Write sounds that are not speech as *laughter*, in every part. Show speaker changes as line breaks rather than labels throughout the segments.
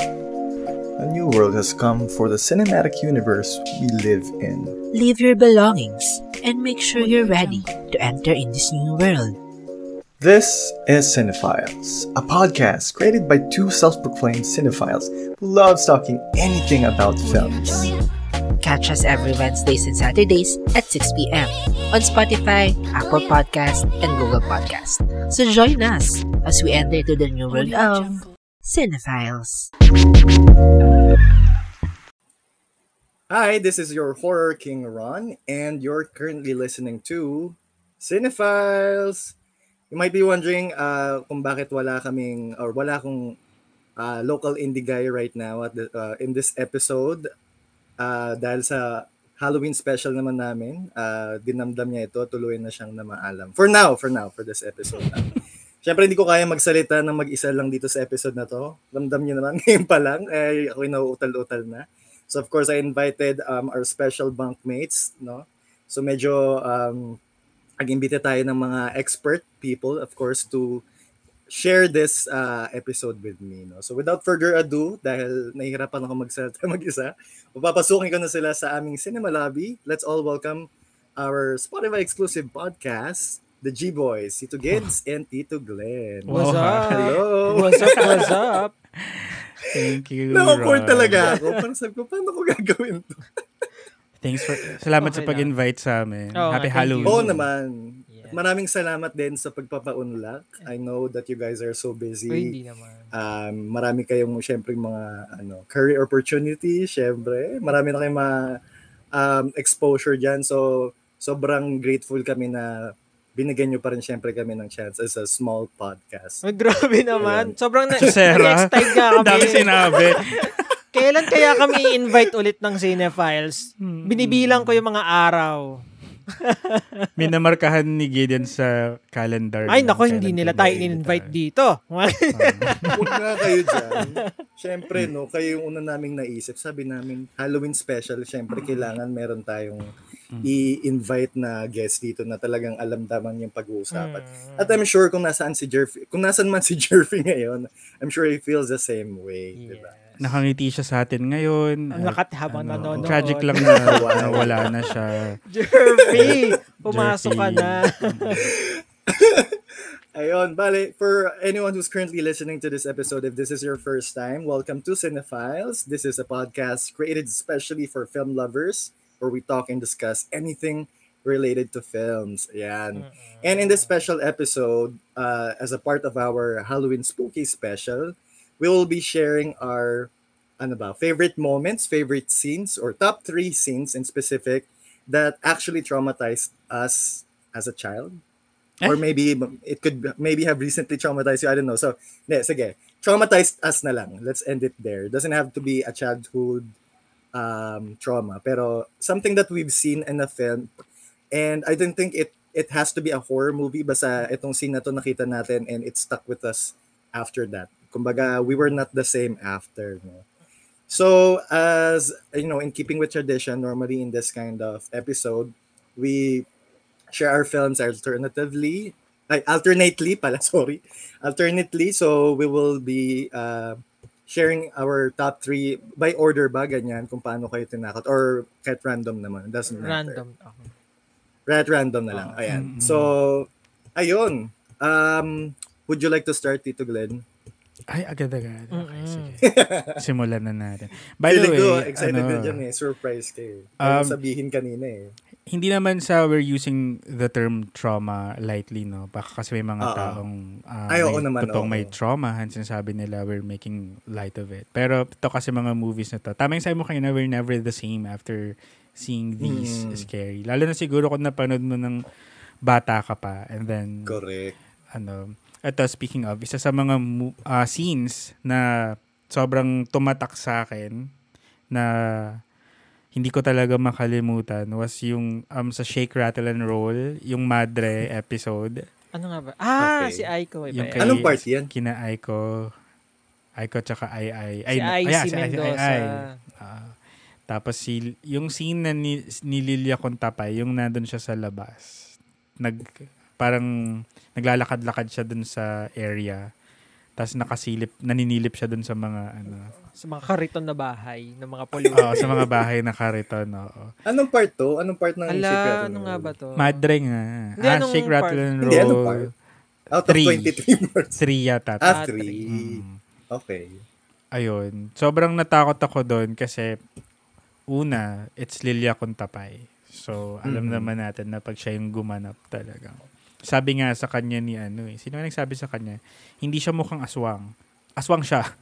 A new world has come for the cinematic universe we live in.
Leave your belongings and make sure you're ready to enter in this new world.
This is Cinephiles, a podcast created by two self proclaimed cinephiles who loves talking anything about films.
Catch us every Wednesdays and Saturdays at 6 p.m. on Spotify, Apple Podcast, and Google Podcast. So join us as we enter into the new world of Cinephiles.
Hi, this is your Horror King Ron, and you're currently listening to Cinephiles. You might be wondering uh, kung bakit wala kaming or wala akong uh, local indie guy right now at the, uh, in this episode uh, dahil sa Halloween special naman namin, uh, dinamdam niya ito, tuloy na siyang namaalam. For now, for now, for this episode na. Siyempre, hindi ko kaya magsalita ng mag-isa lang dito sa episode na to. Ramdam niyo naman, *laughs* ngayon pa lang, eh, ako'y nauutal-utal na. So of course I invited um, our special bunkmates, no? So medyo um nag-imbita tayo ng mga expert people of course to share this uh, episode with me, no? So without further ado, dahil nahihirapan ako magsalita *laughs* mag-isa, papapasukin ko na sila sa aming cinema lobby. Let's all welcome our Spotify exclusive podcast, the G-Boys, Tito Gids and Tito Glenn.
What's up?
Hello.
What's *laughs* up? What's up?
Thank you. Ron.
Na-awkward talaga ako. Parang sabi ko, paano ko gagawin to?
Thanks for salamat
Okay
sa pag-invite sa amin.
Oo
Happy
nga, thank you.
Halloween.
Oo
Mm.
naman.
Yeah.
Maraming salamat din sa pagpapaunlak. I know that you guys are so busy.
Uy, hindi naman.
Um, marami kayong syempre mga ano, career opportunity, syempre. Marami na kayong mga um, exposure dyan. So, sobrang grateful kami na binigyan nyo pa rin syempre kami ng chance as a small podcast.
Ay, grabe naman. Sobrang na-
Sarah.
na-excite nga
Ang
kami.
dami sinabi.
Kailan kaya kami invite ulit ng Cinefiles? Binibilang ko yung mga araw.
Minamarkahan ni Gideon sa calendar.
Ay,
niya,
nako,
kailan
hindi nila
kailan
tayo
tayo
in-invite
dito.
dito.
*laughs* Huwag nga kayo dyan. Siyempre, no, kayo yung una naming naisip. Sabi namin, Halloween special, siyempre, kailangan meron tayong i-invite na guest dito na talagang alam daman yung pag-uusapan. At I'm sure kung nasaan si Jerfy, kung nasaan man si Jerfy ngayon, I'm sure he feels the same way. di ba?
Nakangiti siya sa atin ngayon.
Ang
At,
lakat habang
Ano?
nanonood.
Tragic lang na nawala na siya. *laughs*
Jervy, pumasok ka na.
Ayun, bale, for anyone who's currently listening to this episode, if this is your first time, welcome to Cinephiles. This is a podcast created especially for film lovers where we talk and discuss anything related to films. Ayan. And in this special episode, uh, as a part of our Halloween Spooky special, we will be sharing our ano ba, favorite moments, favorite scenes, or top three scenes in specific that actually traumatized us as a child or maybe it could be- maybe have recently traumatized you. I don't know. So, ne, sige. Traumatized us na lang. Let's end it there. Doesn't have to be a childhood um, trauma, pero something that we've seen in a film. And I don't think it it has to be a horror movie basta itong scene na to nakita natin and it stuck with us after that. Kumbaga, we were not the same after. No? So, as you know, in keeping with tradition, normally in this kind of episode, we share our films alternatively ay, alternately pala *laughs* sorry alternately so we will be uh, sharing our top three by order ba ganyan kung paano kayo tinakot or kahit random naman doesn't matter
Random. ako.
right random na lang
Ah,
ayan so ayun um would you like to start Tito Glenn
Ay, agad-agad. Okay,
Mm-mm.
sige. Simulan na natin. By the
Feeling ko
way,
excited
ano,
na dyan eh surprise kayo Ayaw
Um,
sabihin kanina eh
hindi naman sa we're using the term trauma lightly, no? Baka kasi may mga
Oo.
taong ah,
Ay, oo
may
naman,
totoong
oo.
may trauma and sinasabi nila we're making light of it. Pero to kasi mga movies na to. Tama yung sabi mo kanina, we're never the same after seeing these
Mm.
scary. mm. Lalo na siguro kung napanood mo ng bata ka pa and then
correct
ano Ito, speaking of, isa sa mga mo- ah, scenes na sobrang tumatak sa akin na hindi ko talaga makalimutan was yung um, sa Shake, Rattle, and Roll, yung Madre episode.
Ano nga ba? Ah, si
Okay.
Aiko. Iba
Yung
yan.
kay-
Anong part yan?
Kina Aiko, Aiko tsaka Ai Ai.
si
Ay, no,
Ai,
yeah,
si
Ai- Ai-
Mendoza.
Ai. Ah. tapos si, yung scene na ni, ni Lilia Contapay, yung nandun siya sa labas. Nag, parang naglalakad-lakad siya dun sa area. Tapos nakasilip, naninilip siya dun sa mga ano,
Sa mga kariton na bahay, ng mga pollution.
oo, sa mga bahay na kariton.
*laughs*
Oo.
Anong part to? Anong part ng Shake, Rattle,
Ala, ano
and
nga
Roll?
ba to?
Madre nga.
Hindi,
ah,
anong
shake, rattle,
part?
and
Hindi, anong part?
roll.
Out
Three.
of *laughs* 23 parts.
Three yata.
Ah,
Ah,
three.
three.
Mm.
Okay.
Ayun. Sobrang natakot ako doon kasi una, it's Lilia Kuntapay. So, alam
Mhm.
naman natin na pag siya yung gumanap talaga. Sabi nga sa kanya ni ano eh, sino nga nagsabi sa kanya, hindi siya mukhang aswang. Aswang siya. *laughs*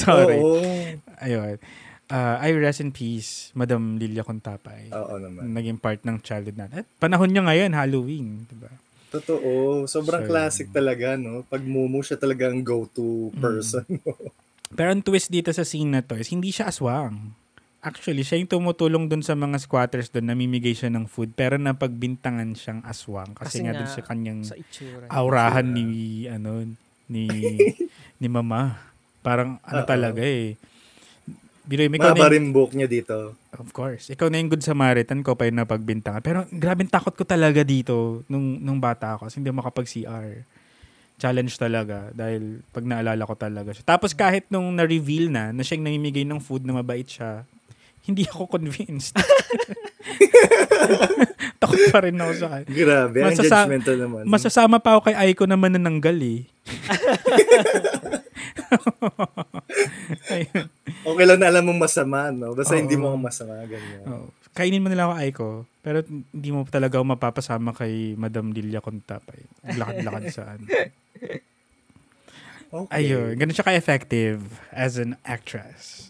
Sorry.
Oo.
Ayun. Uh, I rest in peace, Madam Lilia Kuntapay.
Oo naman.
Naging part ng childhood natin. At panahon niya ngayon, Halloween. Diba?
Totoo. Sobrang
So,
classic talaga, no? Pag Mumu, siya talaga ang go-to
Mm.
person.
Pero ang twist dito sa scene na to is hindi siya aswang. Actually, siya yung tumutulong dun sa mga squatters dun, namimigay siya ng food, pero napagbintangan siyang aswang kasi,
Kasi
nga,
nga,
dun sa kanyang
Sa itsura.
aurahan ni, ano,
*laughs*
ni, ni mama. Parang ano
Oo.
talaga eh. Biro, ikaw
Mahaba
na, yung,
rin book niya dito.
of course, ikaw na yung good Samaritan ko pa yung napagbintangan. Pero grabing takot ko talaga dito nung, nung bata ako kasi hindi ako makapag-CR challenge talaga dahil pag naalala ko talaga siya. Tapos kahit nung na-reveal na na siyang namimigay ng food na mabait siya, hindi ako convinced. *laughs* Takot pa rin ako sa kanya.
Grabe, ang
Masasa-
judgmental naman.
Masasama pa ako kay Aiko na manananggal
*laughs*
eh. *laughs* Ayun.
okay lang na alam mong masama, no? Basta
Oo.
hindi mo ako masama, ganyan.
Oo. Kainin mo nila ako, Aiko. Pero hindi mo talaga ako mapapasama kay Madam Lilia Contapay. Lakad-lakad saan.
*laughs* Okay.
Ayun. Ganun siya ka-effective as an actress.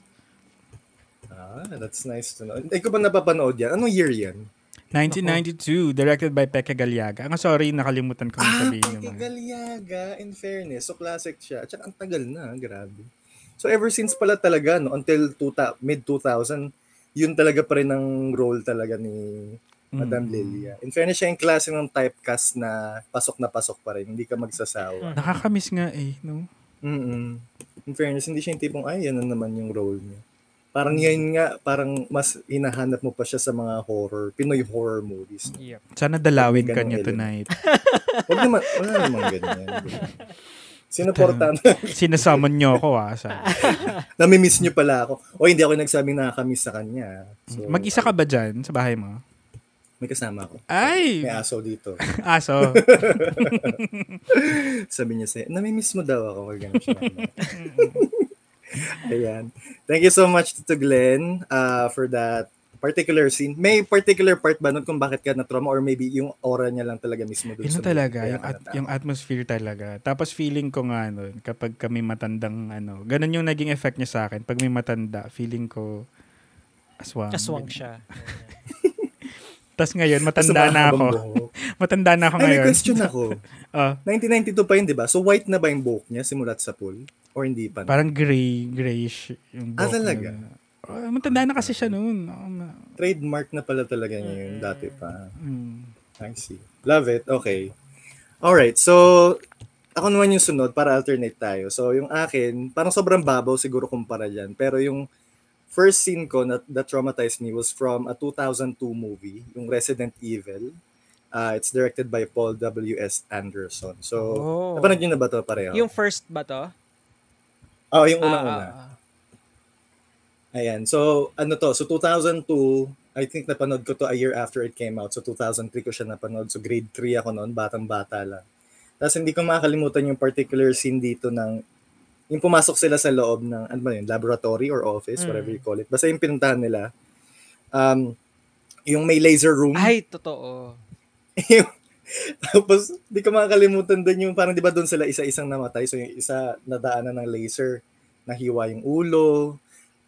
Ah, that's nice to know. Hindi ko ba napapanood yan? Anong year yan?
1992, directed by Pekka Galiaga. Ang sorry, nakalimutan ko yung sabihin
Ay,
naman.
Galiaga, in fairness. So, classic siya. At saka, ang tagal na. Grabe. So, ever since pala talaga, no, until tuta- mid-2000, yun talaga pa rin ang role talaga ni Madam
Mm.
Lilia. In fairness, siya yung klase ng typecast na pasok na pasok pa rin. Hindi ka magsasawa.
Nakakamiss nga eh, no?
Mm-mm. In fairness, hindi siya yung tipong, ay, yan na naman yung role niya. Parang yan nga, parang mas hinahanap mo pa siya sa mga horror, Pinoy horror movies.
Yep.
Sana dalawin ka
Ganun
niya
yun.
tonight.
Huwag naman, wala naman ganyan.
*laughs*
Sinuportahan.
Sinasummon niyo ako ah. Sabi.
*laughs* Namimiss niyo pala ako. O hindi ako nagsabing nakakamiss sa kanya. So,
Mag-isa ka ba dyan sa bahay mo?
May kasama ako.
Ay!
May aso dito.
Aso.
Sabi niya sa'yo, namimiss mo daw ako. Huwag ganun siya.
*laughs*
*laughs* Ayan. Thank you so much to Glenn uh, for that particular scene. May particular part ba nun kung bakit ka na-trauma or maybe yung aura niya lang talaga mismo dun
Yun
sa
na talaga,
kaya
yung,
ka
at,
na-trauma?
yung atmosphere talaga. Tapos feeling ko nga nun, kapag kami matandang ano, ganun yung naging effect niya sa akin. Pag may matanda, feeling ko aswang.
Aswang siya.
Tapos ngayon,
Tapos
matanda na
mahabang
ako.
buhok.
*laughs* matanda na ako
Ay, may
ngayon.
question
*laughs*
ako.
Oh,
1992 pa yun, di ba? So white na ba yung buhok niya simulat sa pool? Or hindi pa?
parang gray, grayish yung
Ah,
buhok
talaga?
niya. Oh, matanda na kasi siya noon. Oh, ma-
Trademark na pala talaga niya yun dati pa.
mm.
I see. Love it. Okay. Alright, so ako naman yung sunod para alternate tayo. So yung akin, parang sobrang babaw siguro kumpara dyan. Pero yung first scene ko na, that traumatized me was from a 2002 movie, yung Resident Evil. Uh, it's directed by Paul W.S. Anderson. So,
Oh.
napanood nyo na ba ito pareho?
Yung first ba to?
oh, yung
Ah,
unang-una.
ah, ah.
Ayan. So, ano to? So, 2002, I think napanood ko to a year after it came out. So, 2003 ko siya napanood. So, grade 3 ako noon. Batang-bata lang. Tapos, hindi ko makakalimutan yung particular scene dito ng yung pumasok sila sa loob ng, ano ba yun, laboratory or office, whatever you call it. Basta yung pinuntahan nila. Um, yung may laser room.
ah. Ay, totoo.
*laughs* Tapos, di ko makakalimutan din yung parang di ba doon sila isa-isang namatay. So, yung isa nadaanan ng laser, nahiwa yung ulo.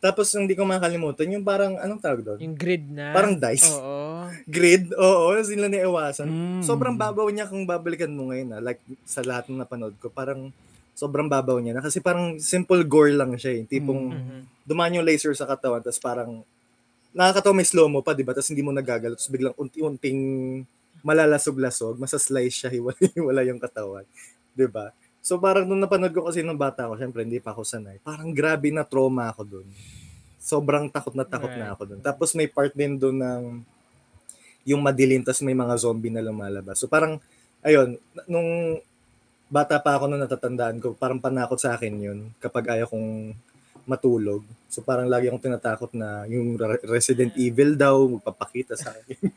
Tapos, yung di ko makakalimutan, yung parang, anong tawag doon?
Yung grid na.
Parang dice.
Oo.
grid, oo, sila naiwasan.
Mm.
Sobrang babaw niya kung babalikan mo ngayon. ah. Like, sa lahat ng napanood ko, parang sobrang babaw niya na. Kasi parang simple gore lang siya. Yung tipong
Hmm. Mm-hmm.
dumaan yung laser sa katawan, tapos parang nakakatawa may slow mo pa, di ba? Tapos hindi mo nagagalaw, tapos biglang unti-unting malalasog-lasog, masaslice siya, *laughs* hiwala-hiwala yung katawan. Di ba? So parang nung napanood ko kasi nung bata ako, syempre hindi pa ako sanay. Parang grabe na trauma ako doon. Sobrang takot na takot na ako doon. Tapos may part din doon ng yung madilim tas may mga zombie na lumalabas. So parang ayun, n- nung bata pa ako nung natatandaan ko, parang panakot sa akin yun kapag ayaw kong matulog. So parang lagi akong tinatakot na yung Re- Resident Evil daw magpapakita sa akin. *laughs*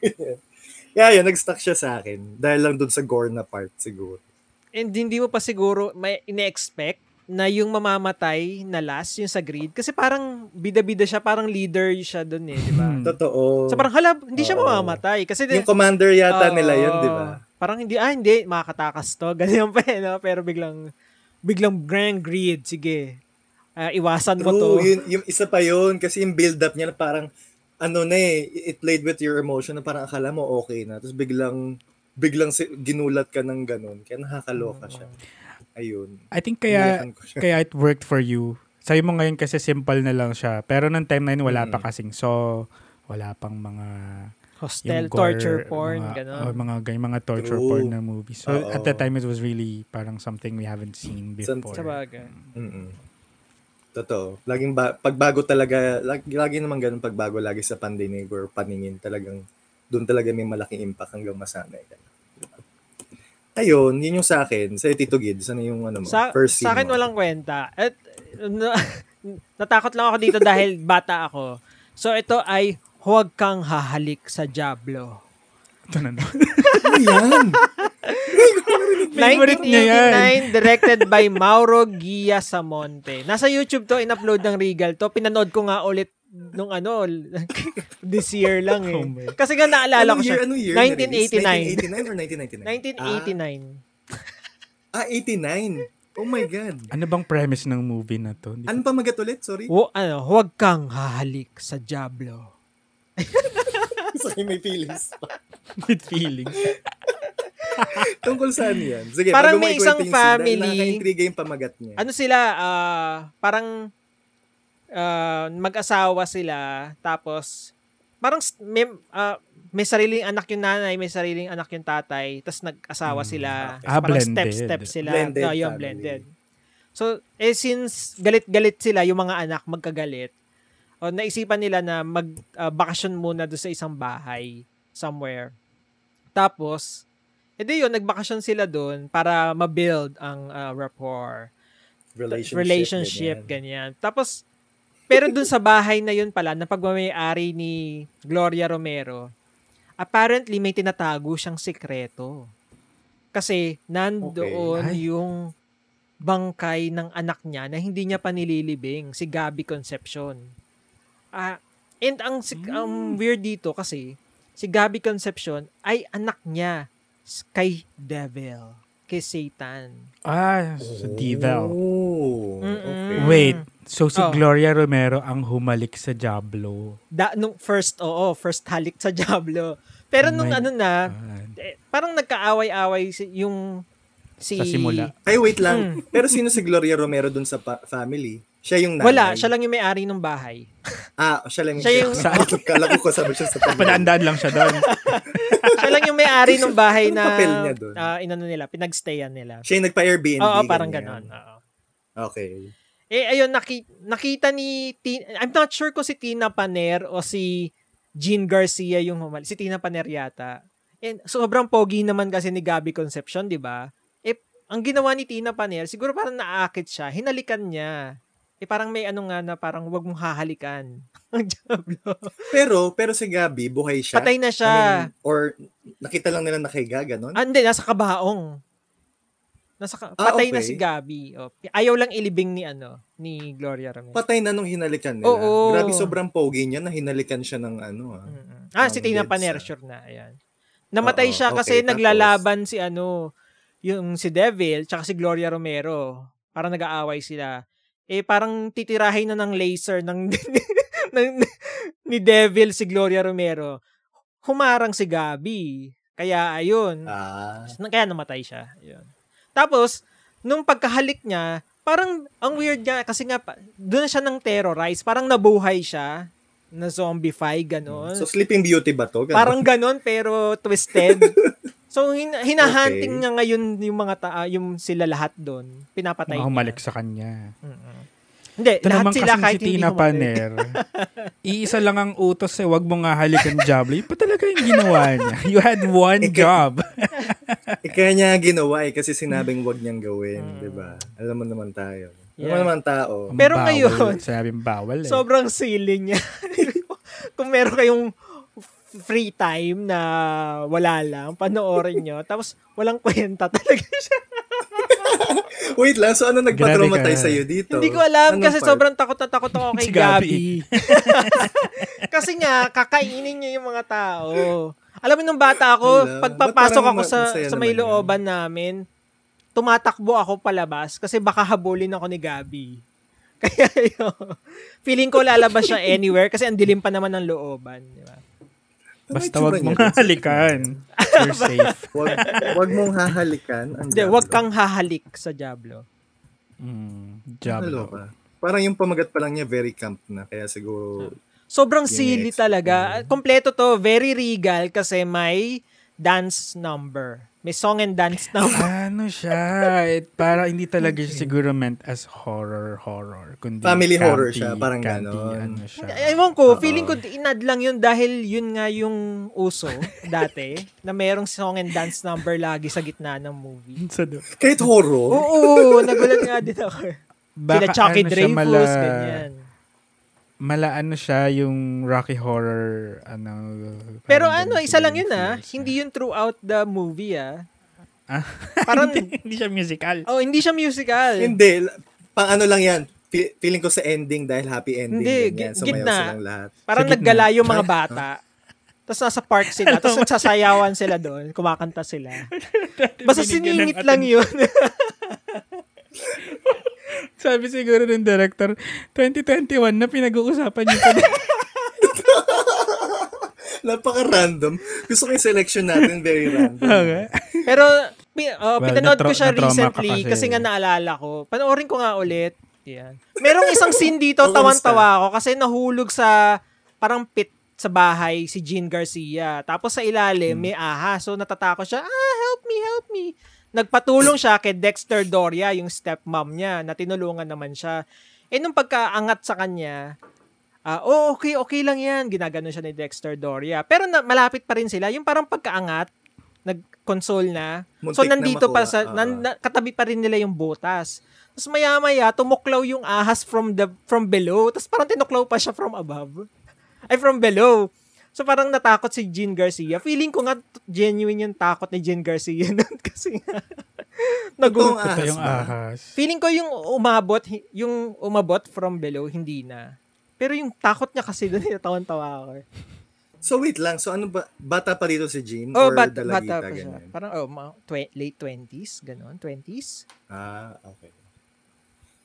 Kaya yun, nag-stuck siya sa akin. Dahil lang dun sa gore na part siguro.
And hindi mo pa siguro may ine-expect na yung mamamatay na last, yung sa grid. Kasi parang bida-bida siya, parang leader siya doon eh, di ba?
Hmm.
Totoo.
So parang Ah. hala, hindi siya
Oo.
mamamatay. Kasi
yung commander yata nila yun,
Oo.
di ba?
Parang hindi, ah hindi, makakatakas to. *laughs* Ganyan pa eh, no? Pero biglang, biglang grand greed, sige. Ah, iwasan mo to.
True, yun, yung isa pa yun. Kasi yung build-up niya na parang, ano na eh, it played with your emotion na parang akala mo okay na. Tapos biglang, biglang si- ginulat ka ng ganun. Kaya
Hmm.
nakakaloka siya. Ayun.
I think kaya
Iniyakan ko siya.
kaya it worked for you. Sa'yo mo ngayon kasi simple na lang siya. Pero nung time na yun, wala pa
Mm.
kasing. So, wala pang mga...
Hostel,
gore,
torture porn,
mga,
gano'n.
oh, mga, ganyan, mga torture
True.
porn na movie. So,
Oo.
at that time, it was really parang something we haven't seen
Some-
before.
Sa bagay.
Mm-mm. Totoo. Laging ba- pagbago talaga, lagi, lagi naman ganun pagbago lagi sa pandinig or paningin talagang doon talaga may malaking impact hanggang masanay ka. Ayun, yun yung sa akin. Sa Tito Gid, sana yung ano mo,
Sa,
first scene
sa akin
mo?
walang kwenta. At na- *laughs* natakot lang ako dito
*laughs*
dahil bata ako. So ito ay huwag kang hahalik sa Diablo.
Ito na naman.
*laughs* Ano yan?
1989,
Favorite niya yan.
directed by Mauro Gia Samonte. Nasa YouTube to, in-upload ng Regal to. Pinanood ko nga ulit nung ano, *laughs* this year lang eh.
Oh my.
Kasi nga naalala ko
Anong
siya.
year- anong year na-release?
1989.
1989 or 1999?
1989.
Ah, ah, 89. Oh my God.
Ano bang premise ng movie na to? Hindi
Ano pa magat ulit? Sorry.
Wo- ano, huwag kang hahalik sa Diablo.
*laughs* Sorry, may feelings.
*laughs* with feelings.
Tungkol saan yan? Sige,
Parang
bago
may
maikwento
isang
yung scene, dahil
family-
Nakaka-intriga yung pamagat niya.
ano sila, ah, parang ah, mag-asawa sila, tapos parang s- may, ah, may sariling anak yung nanay, may sariling anak yung tatay, tapos nag-asawa sila.
okay. Ah,
parang
blended.
step-step sila.
Blended
Ah, yun,
family.
blended. So, eh, since galit-galit sila, yung mga anak magkagalit, o naisipan nila na mag-bakasyon muna doon sa isang bahay somewhere. Tapos, edi yun, nagbakasyon sila doon para ma-build ang ah, rapport
Relationship.
relationship,
ganyan.
ganyan. Tapos, pero dun sa bahay na yun pala, na pagmamayari ni Gloria Romero, apparently may tinatago siyang sikreto. Kasi nandoon
Okay. Ay.
yung bangkay ng anak niya na hindi niya pa nililibing, si Gabby Concepcion. Ah, and ang, sik- ang weird dito kasi, si Gabby Concepcion ay anak niya s- kay Devil, kay Satan.
Ah, so devil.
Oh,
Mm-mm.
okay.
Wait, so si
Oh.
Gloria Romero ang humalik sa Diablo.
da, nung first, oo, first halik sa *laughs* Diablo. Pero nung
Oh My
ano na,
God.
eh, parang nagkaaway-away si- yung si...
Sa simula.
Ay, wait
Hmm.
lang. Pero sino si Gloria Romero dun sa pa- family? Siya yung nanay.
Wala, siya lang yung may-ari ng bahay.
Ah, siya lang.
Siya
*laughs*
yung-
Sa, kala ko kasama siya sa family.
Panaandaan lang siya
*laughs*
doon.
siya lang yung may-ari ng bahay
*laughs* Anong
na...
papel niya doon?
ah, inano nila, pinagstayan nila.
Siya yung nagpa-Airbnb.
Oo, parang ganon.
ganyan.
oo.
Okay.
Eh, ayun, naki- nakita ni... Ti- I'm not sure kung si Tina Paner o si Jean Garcia yung humali. Si Tina Paner yata. And sobrang pogi naman kasi ni Gabby Concepcion, di ba? Eh, ang ginawa ni Tina Paner, siguro parang naakit siya. Hinalikan niya. Eh, parang may ano nga na parang wag mong hahalikan. *laughs* Ang diablo.
Pero, pero si Gabi, buhay siya. Ano
Patay na
I
siya.
mean, or nakita lang nila nakahiga, ganon?
Ah, hindi, nasa kabaong. Nasa ka-
Ah,
patay na si
okay.
Gabby. O, ayaw lang ilibing ni ano, ni Gloria Ramirez.
Patay na nung hinalikan nila.
Oo.
Grabe, sobrang pogi niya na hinalikan siya ng ano. Ah.
Mm-mm. Ah, si
Ang
Tina
dead
Paner,
sa-
sure na. Ayan. Namatay
Oo,
siya
okay,
kasi
tapos?
naglalaban si ano, yung si Devil, tsaka si Gloria Romero. Parang nag-aaway sila. Eh, parang titirahin na *laughs* ng laser ng, ng, ni Devil si Gloria Romero. humarang si Gabi. Kaya ayun,
Ah.
Na- kaya namatay siya. Ayun. Tapos, nung pagkahalik niya, parang ang weird niya kasi nga pa- doon na siya nang terrorize, parang nabuhay siya na zombify ganon.
Mm. So, Sleeping Beauty ba to? Ganun.
parang ganon pero
*laughs*
twisted. so hin- hinahunting
Okay.
niya ngayon yung mga ta- ah, yung sila lahat doon, pinapatay. niya.
Humalik sa kanya.
Hindi,
Ito
lahat
naman
sila
kasing
kahit
si
hindi
Tina
humalik. *laughs*
Paner. Iisa lang ang utos eh. Wag mo nga halikan job. Yun pa talaga yung ginawa niya. You had one job.
Eh, kaya niya ginawa eh, kasi sinabing wag niyang gawin, di ba? Alam mo naman tayo. Alam mo
Hmm. Yeah.
naman tao.
Pero
Bawal.
ngayon,
Sinabing bawal eh.
Sobrang silly niya. *laughs* Kung meron kayong free time na wala lang, panoorin nyo. Tapos, walang kwenta *laughs* talaga siya.
Wait lang, so ano nagpa-traumatize
Grabe ka.
sa'yo dito?
Hindi ko alam
Anong
kasi
part?
sobrang takot na takot ako kay
*laughs* Si
Gabi.
Gabi.
kasi nga, kakainin niya yung mga tao. Alam mo, nung bata ako,
Ala,
pagpapasok
ba't parang
ako sa,
masaya
sa may
naman yun?
looban namin, tumatakbo ako palabas kasi baka habulin ako ni Gabi. *laughs* Kaya yun. Feeling ko lalabas siya anywhere kasi ang dilim pa naman ng looban. Di ba?
Basta wag
Ano yung tsura
mo
niya?
nga halikan.
*laughs*
You're safe.
Wag, wag mong hahalikan. Ang
Hindi, wag
diablo.
kang hahalik sa Diablo.
Mm, job.
Naloka. Ano Parang yung pamagat pa lang niya, very camp na. Kaya siguro,
Sobrang
Yung
silly
ex-
talaga.
Mm.
Kompleto to, very regal kasi may dance number. May song and dance *laughs* number.
Ano siya? It, para hindi talaga siya siguro meant as horror horror. Kundi
Family
campy,
horror siya, parang
campy,
ganon.
Ano siya.
Ewan ko, feeling ko inad lang yun dahil yun nga yung uso *laughs* dati na merong song and dance number lagi sa gitna ng movie.
Sa do-
kahit horror,
Oo, *laughs* nagulat nga din ako. Sila
Baka
Chucky
ano siya,
Dreyfus,
mala,
ganyan.
mala ano siya, yung Rocky Horror, ano.
Pero
parang
ano,
ganun
isa
siya
lang
yung
yun ah.
feels
Hindi yun throughout the movie ah.
Ah.
*laughs* Parang,
*laughs* hindi siya musical.
oh, hindi siya musical.
hindi. Pang ano lang yan, Fe- feeling ko sa ending dahil happy ending.
Hindi,
din yan.
gi-
Sumayaw
gitna.
silang lahat.
Parang
Sa gitna.
naggala yung mga bata. Tapos nasa park sila. Tapos nagsasayawan sila doon. Kumakanta
*laughs*
sila. Basta
Binigyan ng
siningit lang yun.
Sabi siguro ng director, 2021 na pinag-uusapan niyo
*laughs*
pa din.
Napaka-random. Gusto ko yung selection natin, very
*laughs*
random.
Pero pi- oh,
Well,
pinanood ko
natro-
siya
natrauma ka
recently
kasi.
kasi. nga naalala ko. Panoorin ko nga ulit. Yan. Merong isang scene dito,
Oo,
tawan-tawa ako kasi nahulog sa parang pit sa bahay si Jean Garcia. Tapos sa ilalim,
Hmm.
may aha. So natatakot siya, ah, help me, help me. Nagpatulong siya kay Dexter Doria, yung stepmom niya, na tinulungan naman siya. Eh, nung pagkaangat sa kanya, Ah, oh, okay, okay lang 'yan. Ginaganon siya ni Dexter Doria. Pero na, malapit pa rin sila. Yung parang pagkaangat, nag-console na.
Muntik
so
na
nandito pa sa
makuha, Ah. oo.
nan- na- katabi pa rin nila yung butas. Tapos maya-maya tumuklaw yung ahas from the from below. Tapos parang tinuklaw pa siya from above. *laughs* Ay from below. So parang natakot si Jean Garcia. Feeling ko nga t- genuine yung takot ni Jean Garcia *laughs* nun kasi nga
Itong
nagulat.
Ito
ahas
yung
ba?
ahas.
Feeling ko yung umabot, yung umabot from below, hindi na. Pero yung takot niya kasi *laughs* doon, natawan-tawa ako. eh.
So wait lang, so ano ba, bata pa dito si Jean?
Oh,
or
bat,
dalagita,
bata pa siya.
ganyan?
Parang, oh, mga twe- late 20s, ganun, 20s.
Ah, okay.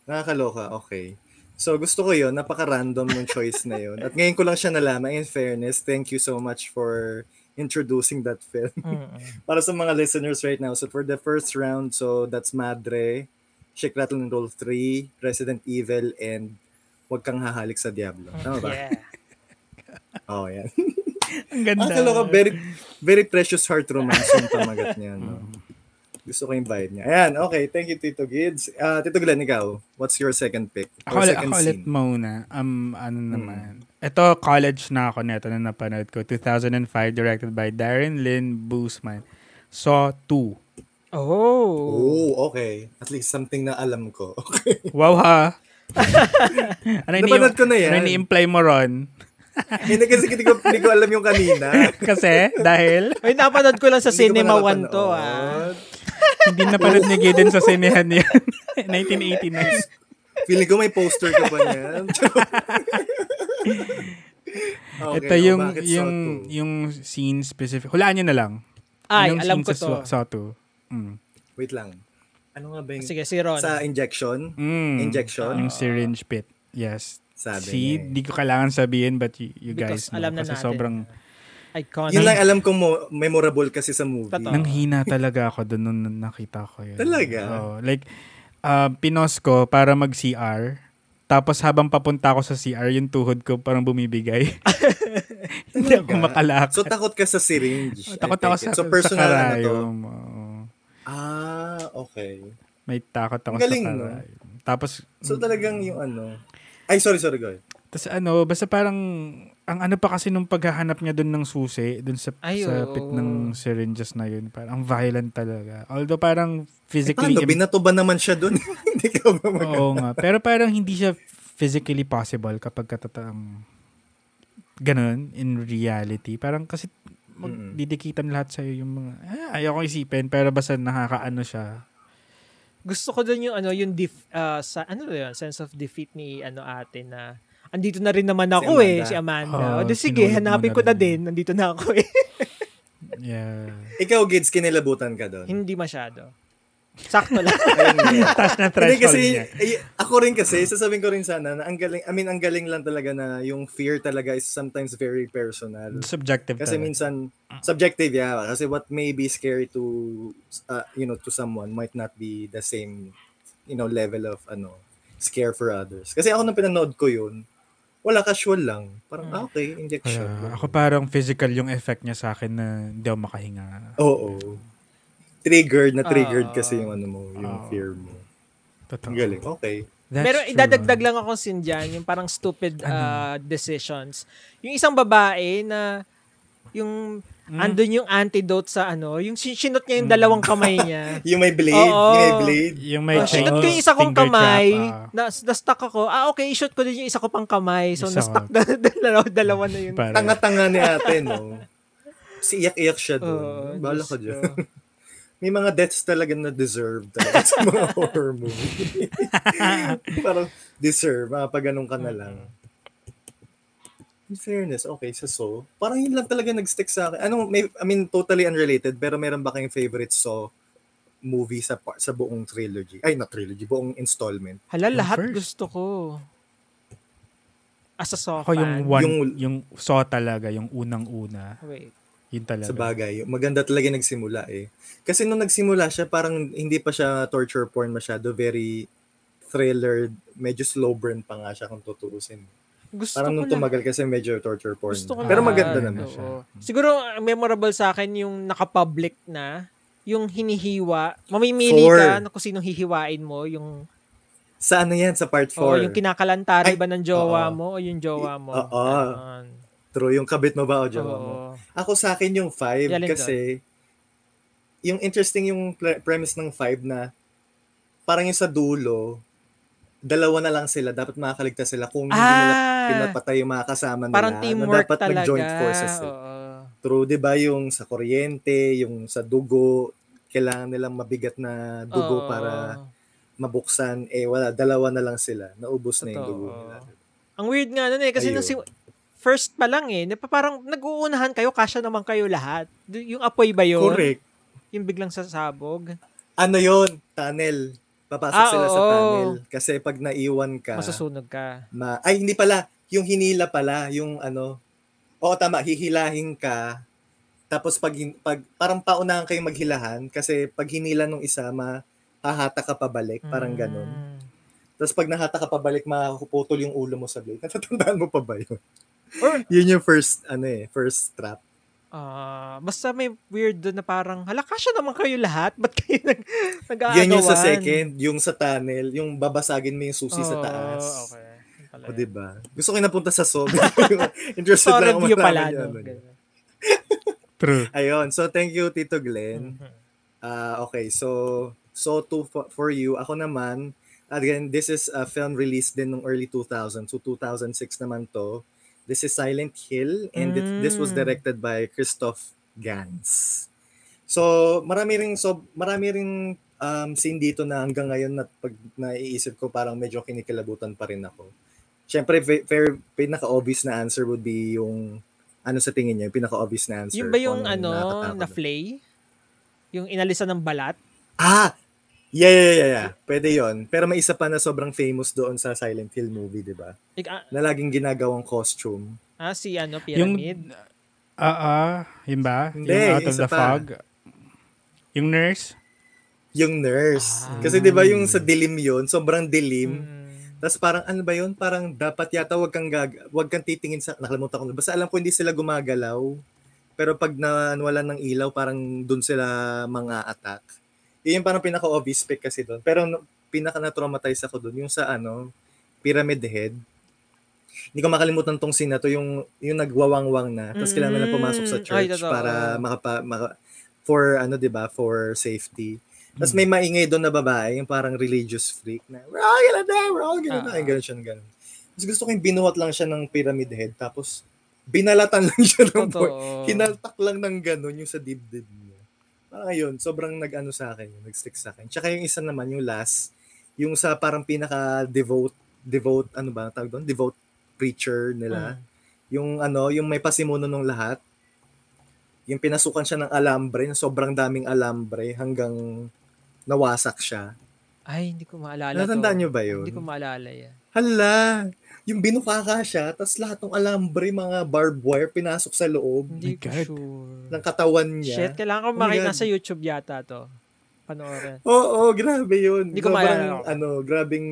Nakakaloka, okay. So gusto ko yun, napaka-random ng choice na yun. At ngayon ko lang siya nalaman, in fairness, thank you so much for introducing that film. *laughs* Para sa mga listeners right now, so for the first round, so that's Madre, Shake Rattle and Roll 3, Resident Evil, and Huwag Kang Hahalik sa Diablo. Tama ba? *laughs*
Yeah.
Oo, yan.
*laughs* Ang ganda.
Nakakaloka, Ah, very, very precious heart romance yung pamagat niya. No?
Mm-hmm.
Gusto ko yung vibe niya. Ayan, okay. Thank you, Tito Gids. Ah, Tito Glenn, ikaw, what's your second pick?
Ako,
Or
ulit-
second
ako ulit
scene? Hmm.
muna. Um, ano naman. Ito, college na ako neto na napanood ko. 2005, directed by Darren Lynn Boosman. Saw 2.
Oh.
Oh, okay. At least something na alam ko. *laughs* Okay.
Wow ha!
*laughs*
ano ini-
Napanood ko na yan.
Ano ini-imply mo ron? *laughs*
Hindi kasi hindi ko, hindi ko alam yung kanina.
Kasi, dahil,
Ay, napanood ko lang sa
Hindi
Cinema
ko pa Oh.
1 to, ah.
napapanood.
hindi napanood ni Gideon sa sinehan *laughs* yan. 1989.
Feeling ko may poster ka pa
*laughs*
niyan. okay,
Ito
oh,
yung,
bakit Saw
yung,
two?
yung scene specific. Hulaan nyo na lang.
Ay,
Anong
alam
scene
ko
sa
to.
Saw- Saw 2? Mm.
Wait lang. Ano nga ba yung...
Sige, si Ron.
Sa injection?
Mm.
Injection?
Yung syringe pit. Yes.
Sabi
See,
niya eh.
di ko kailangan sabihin but you, you
Because
guys know.
alam na
kasi
natin.
sobrang
Iconic.
Yun lang alam kong mo- memorable kasi sa movie.
Totoo.
Nang hina talaga ako doon nung nakita ko yun.
Talaga?
Oo. like, uh, pinos ko para mag-CR. Tapos habang papunta ako sa CR, yung tuhod ko parang
*laughs*
bumibigay. Hindi ako makalakad.
So takot ka sa syringe. I
Oh, takot ako
take
sa,
it. So personal
sa
na to.
karayom. Oo.
Ah, okay.
May takot ako
Ang galing,
sa
no?
karayom. Tapos,
So talagang yung ano. Ay, sorry, sorry, go ahead.
Tapos ano, basta parang, ang ano pa kasi nung paghahanap niya doon ng susi, doon sa,
Ay,
sa
oo.
pit ng syringes na yun, parang ang violent talaga. Although parang physically,
Paano? Binato ba naman siya dun? *laughs* Hindi ka ba mag-
oo nga, pero parang hindi siya physically possible kapag katataang ganun in reality. Parang kasi magdidikitan lahat sa'yo yung mga, ah, ayoko isipin, pero basta nakakaano siya.
gusto ko din yung ano yung def, ah, sa ano ba yun sense of defeat ni ano ate na andito na rin naman ako
Amanda.
eh si Amanda.
Oo,
o di sige,
sinulog Ah, mo
hanapin
na
ko na
rin.
din. Nandito na ako eh.
Yeah.
Ikaw, Gids, kinilabutan ka dun.
Hindi masyado. Sakto
*laughs*
lang.
Ayun nga.
Taas na
*laughs* Hindi
threshold
kasi,
niya.
eh, ako rin kasi, sasabihin ko rin sana na ang galing, I mean, ang galing lang talaga na yung fear talaga is sometimes very personal.
Subjective talaga.
Kasi
Mm.
minsan subjective yeah kasi what may be scary to uh, you know to someone might not be the same you know level of ano scare for others. Kasi ako nung pinanood ko yun, wala casual lang. Parang ah, okay, injection.
Mm. Kaya ako parang physical yung effect niya sa akin na hindi ako makahinga.
Oo. Triggered na triggered
Ah.
kasi yung ano mo, yung
Ah.
fear mo.
Totoo.
Ang galing. Okay.
That's
Pero
true.
idadagdag lang ako sin dyan, yung parang stupid
Ano?
ah, decisions. Yung isang babae na yung
Hmm.
andun yung antidote sa ano, yung sin- sinot niya yung dalawang kamay
*laughs*
niya.
Yung may blade,
Oo.
yung may blade.
Yung
Oh,
may chain
sinot ko yung isa kong
finger
kamay,
trap, ah.
na, na-stuck ako. Ah, okay, i-shot ko din yung isa ko pang kamay. So,
Isa
na-stuck na, *laughs* dalawa, dalawa na
ah,
yun.
parang-
Tanga-tanga ni ate, no? Kasi iyak-iyak siya
Oo,
doon.
Diyos
Bala ka dyan.
ko.
*laughs* may mga deaths talaga na deserve talaga sa mga *laughs* horror movie. *laughs* Parang deserve, mga pag ganun ka na lang. In fairness, okay, sa Saw, parang yun lang talaga nag-stick sa akin. Anong, may, I mean, totally unrelated, pero meron ba kayong favorite Saw movie sa par- sa buong trilogy? Ay, not trilogy, buong installment.
Hala,
Yung
lahat
first.
gusto ko. As a soft
Ako yung one, yung,
Yung-
saw talaga, yung unang-una.
Wait.
Yun talaga.
Sa bagay, maganda talaga yung nagsimula eh. Kasi nung nagsimula siya, parang hindi pa siya torture porn masyado, very thriller, medyo slow burn pa nga siya kung tutuusin.
Gusto
Parang
ko
nung
lang- eh.
tumagal kasi medyo torture porn.
Gusto ko
Pero
lang-
maganda
Ah,
naman.
ano. siya.
Oo. Siguro, uh, memorable sa akin yung nakapublic na, yung hinihiwa. Mamimili
Four.
ka na kung sinong hihiwain mo. Yung,
Sa ano yan? Sa part 4?
o yung kinakalantari
Ay,
ba ng jowa
oo.
mo o yung jowa mo.
Oo.
Ganon.
True, yung kabit mo ba o jowa
Oo.
mo? Ako sa akin yung 5
Yalin
kasi yung interesting yung pre- premise ng 5 na parang yung sa dulo, dalawa na lang sila. Dapat makakaligtas sila kung hindi nila
Ah!
pinapatay yung mga kasama nila.
Parang
na
teamwork
dapat
talaga.
mag-joint forces eh. sila.
Oo.
True, di ba? Yung sa kuryente, yung sa dugo, kailangan nilang mabigat na
Oo.
dugo para mabuksan, eh wala, dalawa na lang sila. Naubos na yung
Totoo.
dugo nila.
Ang weird nga nun eh, kasi
Ayun.
nung si- first pa lang eh, na pa- parang nag-uunahan kayo, kasya naman kayo lahat. D- Yung apoy ba yun?
Correct.
Yung biglang sasabog.
Ano yon Tunnel. Papasok
Ah,
sila sa
oo.
tunnel. Kasi pag naiwan ka,
Masusunog ka.
ma- ay hindi pala, yung hinila pala, yung ano, oo tama, hihilahin ka, tapos pag, hin- pag parang paunahan kayong maghilahan, kasi pag hinila nung isa, ma, hahata ka pabalik, parang ganun.
Mm.
Tapos pag nahata ka pabalik, makakuputol yung ulo mo sa blade. *laughs* Natatandaan mo pa ba yun?
Or-
*laughs* yun yung first, ano eh, first trap.
Ah, basta may weird doon na parang, hala, kasya naman kayo lahat. Ba't kayo *laughs* nag nag-aagawan?
Yan yung sa second, yung sa tunnel, yung babasagin mo yung susi sa
Oo,
taas.
Oh, Okay. Yun pala
O
yun.
diba? Gusto ko yung napunta sa sob. *laughs*
So,
Interested lang ako
review
malaman
pala.
yung
No?
ano niya.
Ganun.
True.
*laughs* Ayun. So, thank you, Tito Glenn. Ah, okay. So, so to for, for you. Ako naman, again, this is a film released din nung early 2000. So, 2006 naman to. This is Silent Hill and it- this was
Mm.
directed by Christoph Gans. So, marami ring so marami ring um, scene dito na hanggang ngayon na pag naiisip ko parang medyo kinikilabutan pa rin ako. Siyempre, fa- fair, pinaka-obvious na answer would be yung ano sa tingin niya, yung pinaka-obvious na answer.
Yun ba yung
kung
ano,
nakakatakot
na flay? Yung inalisan ng balat?
Ah! Yeah, yeah, yeah, yeah. Pwede yon. Pero may isa pa na sobrang famous doon sa Silent Hill movie, di ba?
Like, ah,
Na laging ginagawang costume.
ah, si ano,
Yung,
pyramid?
Ah, ah, yun ba?
Hindi,
yung Out of
isa
the
pa.
Fog? Yung Nurse?
Yung nurse.
Ah.
Kasi di ba yung sa dilim yun, sobrang
Mm.
dilim.
Hmm,
Tapos parang ano ba yun? Parang dapat yata wag kang gag wag kang titingin sa nakalimutan ko. na. Basta alam ko hindi sila gumagalaw. Pero pag nawalan ng ilaw, parang dun sila mga attack. Yun yung parang pinaka-obvious pick kasi doon. Pero no- pinaka-traumatize ako doon, yung sa ano, Pyramid Head. Hindi ko makalimutan tong scene na to, yung, yung nagwawangwang na. Tapos kailangan na
Mm,
pumasok sa
ay,
church
totoo.
para makapa, maka- for ano 'di ba for safety. Tapos may maingay doon na babae, yung parang religious freak na, we're all gonna die, we're all gonna die, ganun siya, ganun. Tapos gusto ko yung binuhat lang siya ng pyramid head, tapos binalatan *laughs* lang siya ng boy.
Totoo.
Hinaltak lang ng ganun yung sa dibdib niya. Parang ayun, sobrang nag-ano sa akin, yun, nag-stick sa akin. Tsaka yung isa naman, yung last, yung sa parang pinaka-devote, devote, ano ba ang tawag doon? Devote preacher
Mm.
nila. Yung ano, yung may pasimuno ng lahat. Yung pinasukan siya ng alambre, na sobrang daming alambre hanggang nawasak siya.
Ay, hindi ko maalala
Natandaan niyo ba yun?
Hindi ko maalala yan.
Hala! Yung binukaka siya, tapos lahat ng alambre, mga barbed wire, pinasok sa loob
Hindi
my
ko
God.
sure.
ng katawan niya.
Hmm. Shit, kailangan ko
Oh my
makita
God.
sa YouTube yata to. Panoorin.
Oo, grabe yun.
Hindi ko maalala
sobrang,
ako.
ano, grabing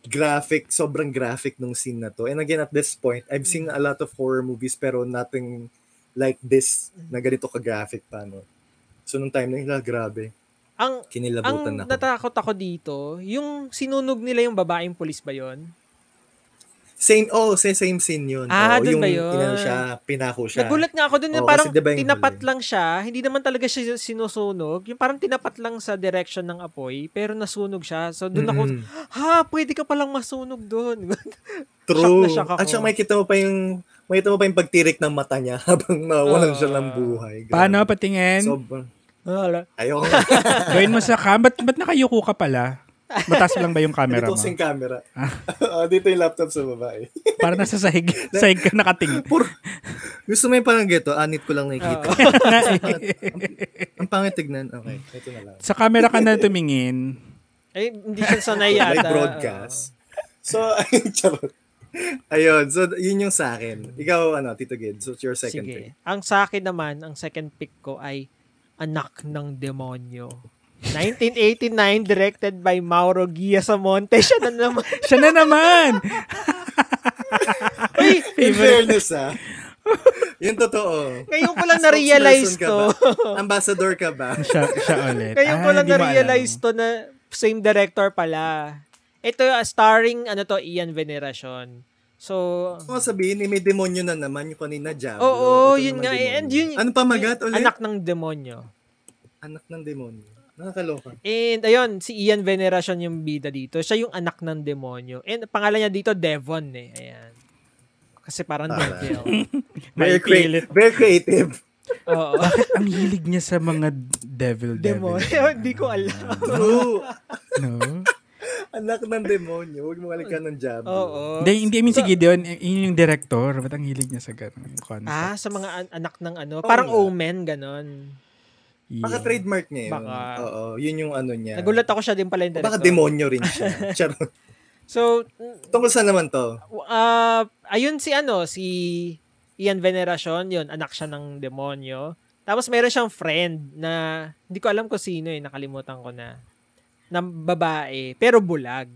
graphic, sobrang graphic nung scene na to. And again, at this point, I've seen a lot of horror movies pero nothing like this na ganito ka-graphic pa, no? So, nung time na yun, ah, grabe.
Ang
Kinilabutan
ang
ako.
natakot ako dito, yung sinunog nila yung babaeng pulis ba yon?
same, oh, sa- same scene yun.
Ah,
Oo,
dun
yung,
ba yun?
inano siya, pinako siya.
Nagulat nga ako dun, na
Oo,
parang
kasi diba yung
tinapat
huli?
lang siya, hindi naman talaga siya sinusunog, yung parang tinapat lang sa direction ng apoy, pero nasunog siya. So doon ako,
Mm-mm.
ha, pwede ka palang masunog doon. Shock na
True.
shock ako.
At saka makikita mo pa yung makita mo pa yung pagtirik ng mata niya *laughs* habang nawalan siya
Ah.
ng buhay. Grabe.
Paano patingin?
Sobrang.
*laughs* Wala.
Ayoko.
*laughs*
Gawin mo sa cam. Ba't, ba't nakayuko ka pala? Mataas lang
*laughs*
ba yung camera
dito
mo?
kasing camera.
*laughs*
Ah. dito yung laptop sa babae.
Para nasa sahig. sahig ka nakatingin.
Puro. Gusto mo yung parang geto, anit ko lang nakikita.
Ah.
*laughs* ang, ang pangit tignan. Okay, ito na lang.
sa camera ka na tumingin.
Eh, hindi siya
*laughs*
sanay yata.
Live broadcast. So, *laughs* charot. Ayun, so yun yung sa akin. Ikaw, ano, Tito Gid, so it's your second
Sige.
pick.
Ang sa akin naman, ang second pick ko ay Anak ng Demonyo. 1989, directed by Mauro Giasamonte. Siya na
*laughs*
naman.
Siya na naman!
Uy,
In fairness,
*laughs*
ha? yun totoo.
ngayon ko
*laughs*
lang na-realize
Spokesperson ka
to.
ba? Ambassador ka ba?
siya, siya ulit.
*laughs* ngayon ko
Ah,
lang
di mo alam.
na-realize to na same director pala. Ito, ah, starring, ano to, Ian Veneracion. So,
Kung sabihin, eh, may demonyo na naman yung kanina Diablo.
oo,
Ito
yun
naman
nga. eh,
demonyo.
And yun,
Ano pa magat ulit? Anak.
Anak ng Demonyo.
Anak ng demonyo. Nakakaloka.
And ayun, si Ian Veneracion yung bida dito. Siya yung anak ng demonyo. And pangalan niya dito, Devon eh. Ayan. Kasi parang
*laughs*
devil.
May
Very,
pilit.
crea- very creative.
Oo.
Ang hilig niya sa mga devil devil.
*laughs*
Demonyo. Hindi ko alam.
True.
*laughs*
*laughs*
No?
Anak ng demonyo. Huwag mo alikan ng Diablo.
Oo.
Hindi, hindi, I mean, si Gideon, eh, yun yung director. Ba't ang hilig niya sa ganun?
Ah, sa mga an- anak ng ano. Parang
Oo.
omen, ganon.
Baka trademark niya yun.
Baka.
Oo, yun yung ano niya.
Nagulat ako siya din pala yung
Baka
director.
demonyo rin
*laughs*
siya. Charot.
So,
Tungkol saan naman to?
ah ayun si ano, si Ian Veneracion, yun, anak siya ng demonyo. Tapos meron siyang friend na, hindi ko alam kung sino eh, nakalimutan ko na, na babae, pero bulag.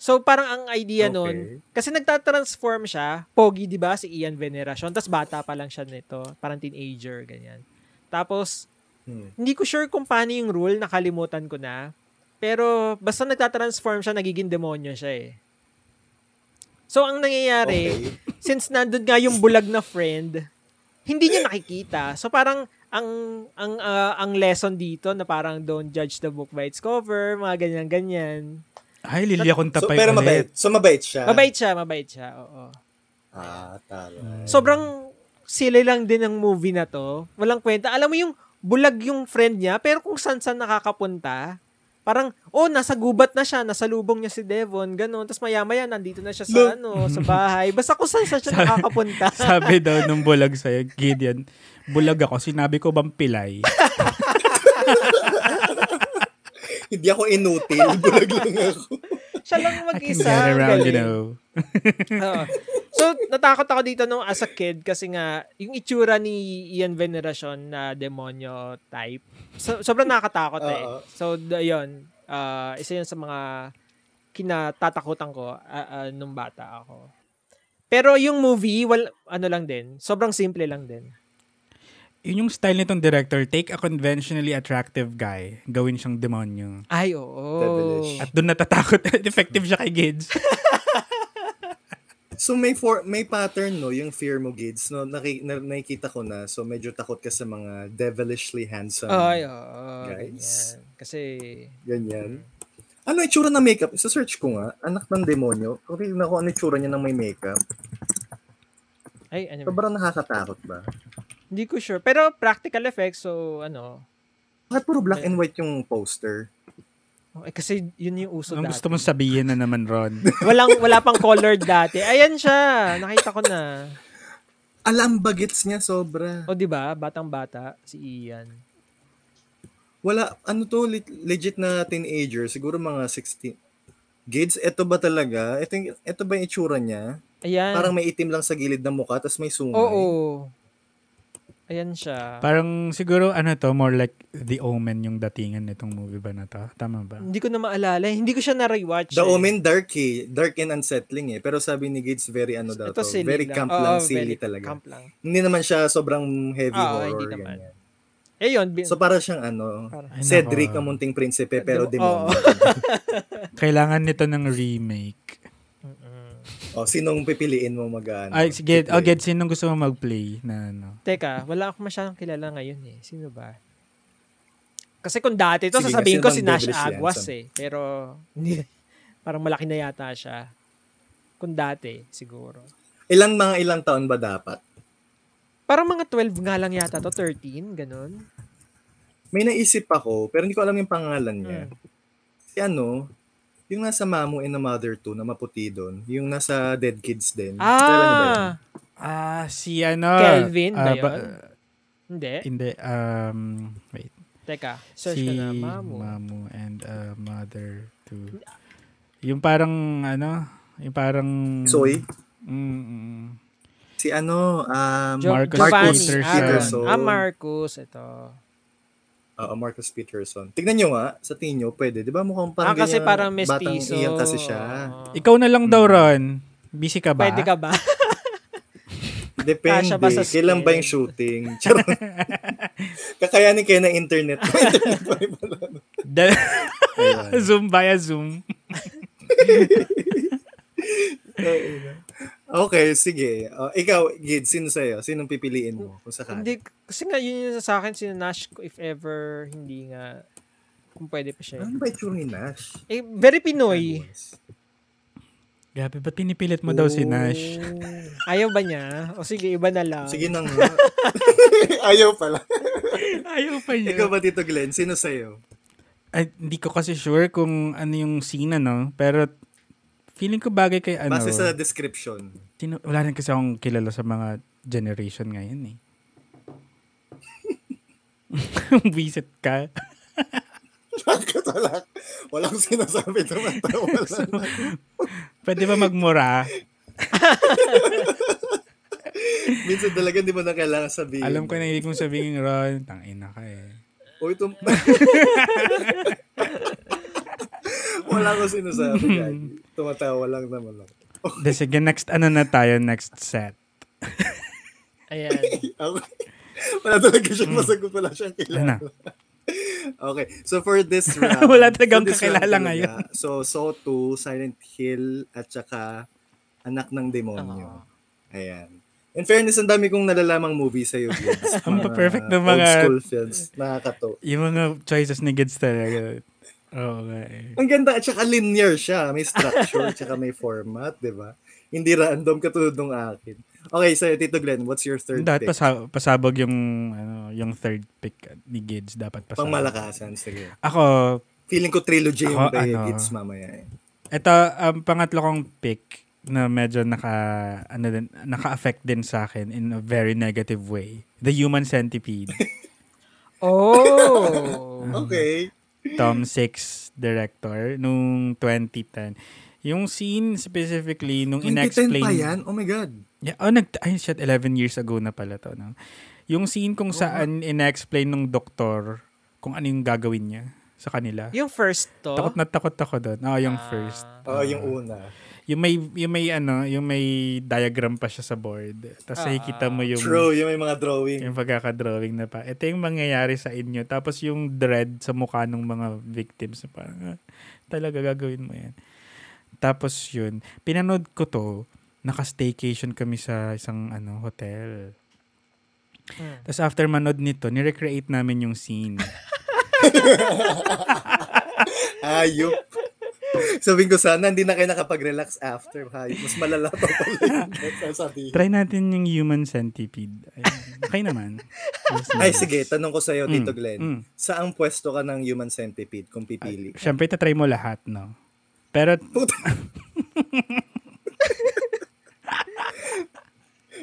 So parang ang idea
Okay.
nun, kasi nagtatransform siya, pogi 'di ba si Ian Veneracion, tapos bata pa lang siya nito, parang teenager ganyan. Tapos
Hmm.
hindi ko sure kung paano yung rule, nakalimutan ko na. Pero basta nagtatransform siya, nagiging demonyo siya eh. So ang nangyayari,
Okay.
*laughs* since nandun nga yung bulag na friend, hindi niya nakikita. So parang ang ang ah, ang lesson dito na parang don't judge the book by its cover, mga ganyan ganyan.
Ay, Lilia kung
So,
tapay
pero
ulit.
mabait. So, mabait siya.
Mabait siya, mabait siya. Oo.
Ah, tama.
Sobrang silly lang din ng movie na to. Walang kwenta. Alam mo yung bulag yung friend niya, pero kung saan-saan nakakapunta, parang, oh, nasa gubat na siya, nasa lubong niya si Devon, ganun. Tapos maya-maya, nandito na siya
Look.
sa, ano, sa bahay. Basta kung saan-saan
*laughs*
siya nakakapunta.
*laughs* Sabi daw nung bulag sa'yo, Gideon, bulag ako, sinabi ko bang pilay?
Hindi ako inutil. *laughs* Bulag lang ako.
siya lang
I can
*laughs* mag-isa.
get
Ang
around, you
galing.
know.
Oo. *laughs* So, natakot ako dito nung as a kid kasi nga, yung itsura ni Ian Veneracion na demonyo type, so, sobrang nakakatakot eh.
Oo.
So, d- yun. ah, isa yun sa mga kinatatakutan ko ah, ah, nung bata ako. Pero yung movie, wal, ano lang din, sobrang simple lang din.
Yun yung style nitong director. Take a conventionally attractive guy, gawin siyang demonyo.
Ay, oo.
At
Devilish.
doon natatakot. *laughs* Effective siya kay Gids.
So may for may pattern no yung fear mo Gids no naki, na, nakikita ko na so medyo takot ka sa mga devilishly handsome.
Ay, oo.
Guys.
ganyan. Kasi,
Ganyan.
Mm-hmm.
Ano itsura ng makeup? Sa search ko nga, anak ng demonyo. Kung tignan ko ano itsura niya ng may makeup,
ay, ano,
sobrang nakakatakot ba?
hindi ko sure. Pero practical effects, so ano,
Bakit puro black and white yung poster?
Oh, eh, kasi yun yung uso
Ang
dati.
gusto mong sabihin na naman, Ron.
Walang, wala pang colored dati. Ayan siya. Nakita ko na.
Alam bagets niya sobra.
O, di ba? Batang-bata. Si Ian.
Wala, ano to, le- legit na teenager, siguro mga 16. Gids, eto ba talaga? Ito, yung- eto ba yung itsura niya?
Ayan.
Parang may itim lang sa gilid ng mukha, tapos may sungay.
Ah. Oo. Ayan siya.
Parang siguro, ano to, more like The Omen yung datingan nitong movie ba na to? Tama ba?
Hindi ko na maalala. Hindi ko siya na-rewatch.
The
eh.
Omen dark eh. Dark and unsettling eh. Pero sabi ni Gids, very ano daw
Ito
to.
silly
Very
lang.
camp
Oo, very
lang, silly talaga.
Camp lang.
Hindi naman siya sobrang heavy
Oo,
horror.
hindi naman.
ganyan.
Eh, yun. Bin-
So para siyang ano,
Parang-
Ay, nako.
Cedric ang munting prinsipe pero
Dem-
demonyo.
Kailangan nito ng remake.
*laughs* Oh. sinong pipiliin mo mag
Ay, sige. Oh, get, sinong gusto mo mag-play na ano?
Teka, wala akong masyadong kilala ngayon eh. Sino ba? Kasi kung dati to,
Sige nga,
sasabihin
sino
ko
bang
si Nash
devilish yan?
Aguas
Saan?
eh. Pero, *laughs* hindi. parang malaki na yata siya. Kung dati, siguro.
Ilang mga ilang taon ba dapat?
Parang mga 12 nga lang yata to, 13, ganun.
May naisip ako, pero hindi ko alam yung pangalan niya.
Hmm.
Si ano, yung nasa Mamu and the Mother 2 na maputi doon, yung nasa Dead Kids din. Kilala niyo ba yun?
Ah!
Ah, si ano?
Kelvin ba
ah,
yun? Hindi.
hindi, um, wait.
Teka, search
si
ko na, mamu.
Mamu and uh, Mother to... Yung parang, ano? Yung parang...
Soy?
Mm, mm.
Si ano, um,
Jo-
Marcus
Giovanni
Peterson.
Aaron. Ah,
Peterson.
Marcus. Ito.
Oo, Marcus Peterson. Tignan nyo nga, sa tingin nyo, pwede. Di ba mukhang
Ah,
parang
kasi
ganyan,
parang
batang
mestizo.
iyan kasi siya.
Oo.
Ikaw na lang daw, Ron. Busy ka ba? *laughs*
Pwede ka
*laughs*
ba? *laughs*
Depende.
Kasya ba sa
Kailan ba
skin?
yung shooting? *laughs* Charot. Kakayanin kayo ng
*laughs*
internet. internet pa rin pala.
Da-
Ayun.
*laughs* Zoom via Zoom.
okay, sige. Uh, ikaw, Gid, sino sa'yo? Sinong pipiliin mo? Kung sakali.
hindi, kasi nga yun yung sa akin, si Nash ko if ever, hindi nga, kung pwede pa siya.
Ano ba yung ni Nash?
Eh, very Pinoy.
Grabe, ba't pinipilit mo daw si Nash?
Ayaw ba niya? O sige, iba na lang.
Sige na nga. *laughs* Ayaw pala.
Ayaw pa
Ikaw ba, Tito Glenn? Sino sa'yo?
Ay, hindi ko kasi sure kung ano yung scene, ano. Pero feeling ko bagay kay ano.
Base sa description. *laughs*
Sino- wala rin kasi akong kilala sa mga generation ngayon eh. *laughs* Visit ka.
Wala, walang sinasabi
*laughs*
tumatawa lang.
Pwede ba magmura?
Minsan talaga hindi mo na kailangan sabihin.
Alam ko na hindi kong sabihin, Ron. Tangina ka eh.
O ito... *laughs* Wala ko
*laughs*
sinasabi. Gagi. Tumatawa lang naman ako.
De, sige, next ano na tayo, next set.
Ayan.
Ako, *laughs* wala talaga siyang masagot. Wala siyang
Ano Hmm. na?
kilala. Okay. So for this round.
*laughs* Wala talagang
for this round
kakilala
talaga,
ngayon.
So Saw 2, Silent Hill, at saka Anak ng Demonyo.
Ah.
Ayan. In fairness, ang dami kong nalalamang movie sa'yo, Gibbs.
*laughs* Ang perfect na mga-
Old school films. Nakakato.
Yung mga choices ni Gids talaga. Oo nga eh.
Ang ganda at saka linear siya. May structure at saka may format, di ba? Hindi random katulad ng akin. Okay, so Tito Glenn, what's your third
Dapat
pick?
pasa- pasabog yung ano, yung third pick ni Gids. Dapat pasabog.
Pang malakasan, sige.
Ako,
Feeling ko trilogy yung
Ako,
kay
ano?
Gids mamaya eh.
ito, ang pangatlo kong pick na medyo naka, ano din, naka-affect din sa akin in a very negative way. The Human
*laughs*
Centipede.
Oh!
Okay.
*laughs* Tom Six director nung 2010. Yung scene specifically nung
2010
inexplain.
pa yan? Oh my God.
Yeah, oh, nag, ay, shit, 11 years ago na pala to. No? Yung scene
Oh.
kung saan inexplain nung doktor kung ano yung gagawin niya sa kanila.
Yung first to.
Takot na takot ako doon. Oo, yung
Ah.
first.
Oh, yung una.
Yung may, yung may, ano, yung may diagram pa siya sa board. Tapos nakikita mo yung,
True, yung may mga drawing.
yung pagkakadrawing na pa. Ito yung mangyayari sa inyo. Tapos yung dread sa mukha ng mga victims. na Parang, "Ah, talaga gagawin mo yan. Tapos yun, pinanood ko to, naka-staycation kami sa isang ano hotel.
Mm.
Tapos after manood nito, nirecreate namin yung scene.
Ayop.
*laughs*
Sabihin ko sana, hindi na kayo nakapag-relax after. Hayop. Mas malala pa pala.
*laughs*
yun. Sasabihin.
Try natin yung human centipede. Ayun. Okay naman. Yes,
*laughs* Ay,
yes.
sige. Tanong ko sa'yo, Tito
Mm,
Glenn.
mm.
Saang pwesto ka ng human centipede kung pipili?
*laughs* Siyempre, tatry mo lahat, no? Pero,
Puta.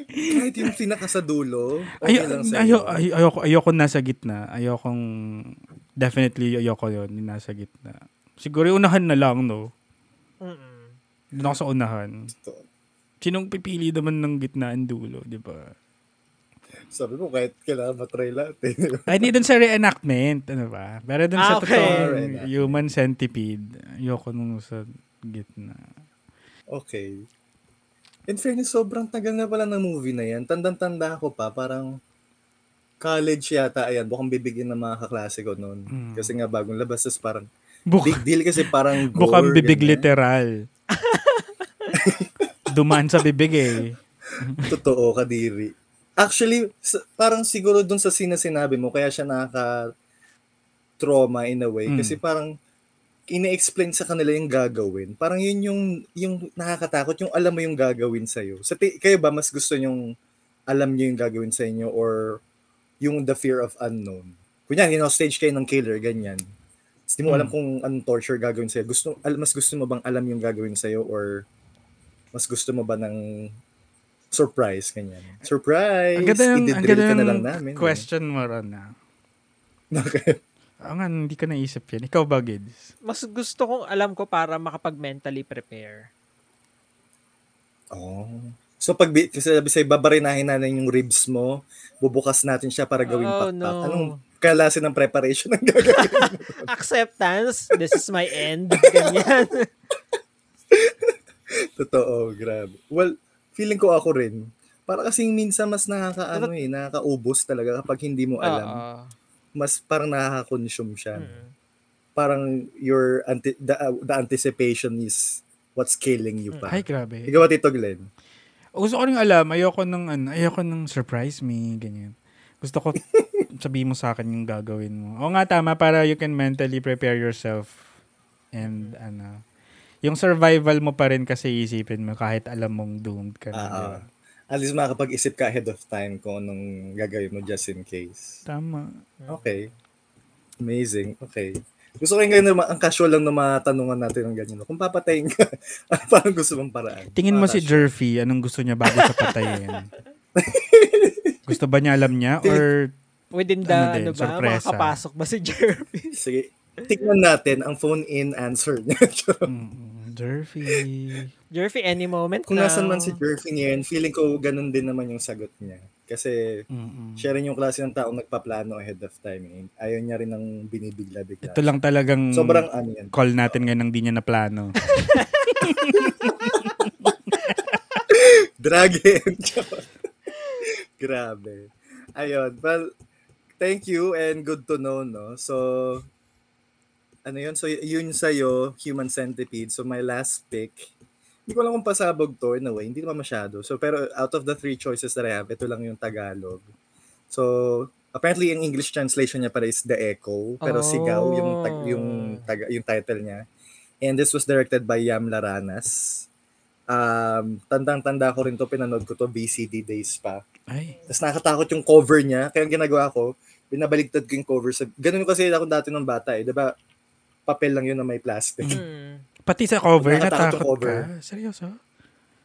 Kahit yung pinaka sa dulo, okay
ayo,
lang
ayo,
sa'yo.
ayo, ayoko, ayoko nasa gitna. Ayokong, definitely ayoko yun, yung nasa gitna. Siguro yung unahan na lang, no?
Mm-mm.
Doon ako sa unahan.
Ito.
Sinong pipili naman ng gitna and dulo, di ba?
Sabi mo, kahit kailangan matry eh. natin.
Ay, hindi doon sa reenactment, ano ba? Pero doon sa
Ah, okay.
totoong
Reenactment.
human centipede, ayoko nung sa gitna.
okay. In fairness, sobrang tagal na pala ng movie na yan. Tandang-tanda ako pa, parang college yata, ayan, bukang bibigyan ng mga kaklase ko noon. Kasi nga bagong labas, tas parang,
Hmm. Buk
big deal kasi
*laughs*
parang gore.
bukang bibig
ganyan. *laughs*
literal. Dumaan sa bibig eh.
Totoo, kadiri. Actually, sa- parang siguro dun sa scene na sinabi mo, kaya siya nakaka-trauma in a way.
Mm.
Kasi parang ina-explain sa kanila yung gagawin. Parang yun yung, yung nakakatakot, yung alam mo yung gagawin sa'yo. Sa ti- kayo ba, mas gusto yung alam nyo yung gagawin sa inyo or yung the fear of unknown? Kunyari, hostage kayo ng killer, ganyan. Hindi
Hmm.
mo alam kung anong torture gagawin sa'yo. Gusto, al- mas gusto mo bang alam yung gagawin sa'yo or mas gusto mo ba ng surprise, ganyan. Surprise!
Ang ganda ng, ang
Ididrill
ganda
ka na
ng
lang namin. eh. *laughs*
question mo ron na.
Bakit?
Ah, nga, hindi ko naisip yan. Ikaw ba, Gids?
Mas gusto kong alam ko para makapag-mentally prepare.
Oo. Oh. So pag bi- kasi sabi sa'yo, babarinahin natin yung ribs mo, bubukas natin siya para gawing
Oh,
pakpak.
no.
Anong kalasin ng preparation ang *laughs* gagawin?
Acceptance, this is my end.
*laughs*
Ganyan.
Totoo, grabe. Well, feeling ko ako rin. Para kasing minsan mas nakakaano eh, nakakaubos talaga kapag hindi mo alam.
Oo.
Mas parang nakaka-consume siya.
Mm.
Parang your anti- the, uh, the anticipation is what's killing you
Mm.
pa.
Ay, grabe.
Ikaw ba, Tito Glenn?
Gusto ko rin alam, ayoko nung, ano, ayoko nung surprise me, ganyan. Gusto
*laughs*
ko, sabihin mo sa akin yung gagawin mo. O nga, tama, para you can mentally prepare yourself. And, ano, yung survival mo pa rin kasi isipin mo kahit alam mong doomed ka na. di
Oo.
ba?
Ah. At least makakapag-isip ka ahead of time kung anong gagawin mo just in case.
Tama.
Okay. Amazing. Okay. Gusto ko yung ganyan, ang casual lang na matanungan natin ng ganyan. Kung papatayin ka, *laughs* ano parang gusto mong paraan.
Tingin mo si
Parang casual.
Jerfy, anong gusto niya bago siya patayin? gusto ba niya alam niya? Or,
Within the,
Ano din,
ano, ba,
sorpresa.
makakapasok ba si Jeremy?
*laughs*
*laughs*
Sige. Tingnan natin ang phone-in answer niya. *laughs*
mm, Jerfy.
Jeremy, any moment
Kung
now.
nasan man si Jervin ngayon, feeling ko ganun din naman yung sagot niya. Kasi
Mm-mm.
siya rin yung klase ng taong nagpaplano ahead of time. Eh. Ayaw niya rin ng
*laughs*
binibigla-bigla.
Ito lang talagang
Sobrang ano yan.
call natin ngayon ng di niya na plano.
Dragon. *laughs* Grabe. Ayun. Well, thank you and good to know, no? So, ano yun? So, y- yun sa'yo, Human Centipede. So, my last pick. Hindi ko alam kung pasabog to in a way. Hindi naman masyado. So, pero out of the three choices that I have, ito lang yung Tagalog. So, apparently, ang English translation niya para is The Echo. Pero
Oh.
Sigaw yung, tag- yung, taga- yung title niya. And this was directed by Yam Laranas. Um, tandang-tanda ko rin to, pinanood ko to, VCD days pa.
*laughs* Ay.
Tapos nakatakot yung cover niya. Kaya ang ginagawa ko, binabaligtad ko yung cover. Sa, ganun kasi ako dati nung bata eh. 'di ba Papel lang yun na may plastic.
Mm.
Pati sa cover,
Nakatakot
natakot
yung cover. Oh,
ka. Seryoso?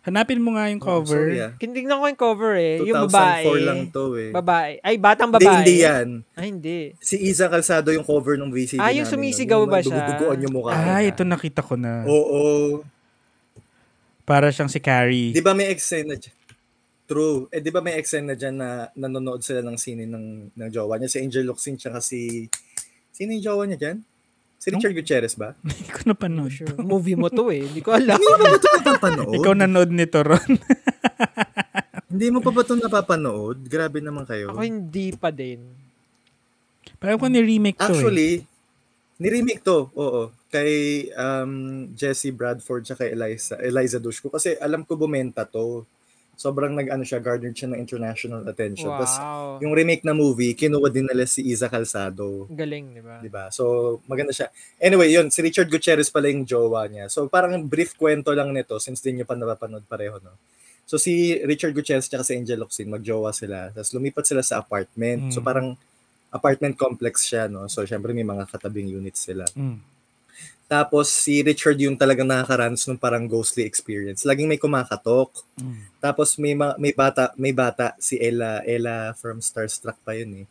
Hanapin mo nga yung cover.
So, yeah.
Kinignan ko yung cover eh.
2004
Yung babae.
lang to eh.
Babae. Ay, batang
Hindi,
babae.
hindi yan.
Ay, hindi.
Si Isa Calzado yung cover ng VCD
Ah, yung
namin nun.
sumisigaw
Yung
ba
duguduguan
siya?
yung mukha.
Ah,
niya.
ito nakita ko na.
Oo.
Para siyang si Carrie.
Di ba may eksena dyan? True. Eh, di ba may eksena dyan na nanonood sila ng sine ng, ng jowa niya? Si Angel Locsin tsaka si... Sino yung jowa niya dyan? Si Richard Gutierrez ba?
Hindi ko napanood.
Sure. Movie mo to eh. Hindi ko
*laughs*
alam.
Hindi mo pa ba ito napapanood?
Ikaw nanood nito, Ron. *laughs*
Hindi mo pa ba ito napapanood? Grabe naman kayo.
Ako hindi pa din.
Parang ko ni-remake to eh.
Actually, ni-remake to. Oo. Kay um, Jesse Bradford tsaka kay Eliza, Eliza Dushku. Kasi alam ko bumenta to. Sobrang nag-ano siya, garnered siya ng international attention. Tapos
Wow.
yung remake na movie, kinuha din nila si Isa Calzado.
Ang Galing, di ba?
di ba? So, maganda siya. Anyway, yun, si Richard Gutierrez pala yung jowa niya. So, parang brief kwento lang nito since din nyo pa napapanood pareho, no? So, si Richard Gutierrez at si Angel Locsin, magjowa sila. Tapos lumipat sila sa apartment. So,
Mm.
parang apartment complex siya, no? So, syempre may mga katabing units sila.
Mm.
Tapos, si Richard yung talagang nakakaranas ng parang ghostly experience. Laging may kumakatok.
Mm.
Tapos may ma- may bata, may bata si Ella, Ella from Starstruck pa yun eh.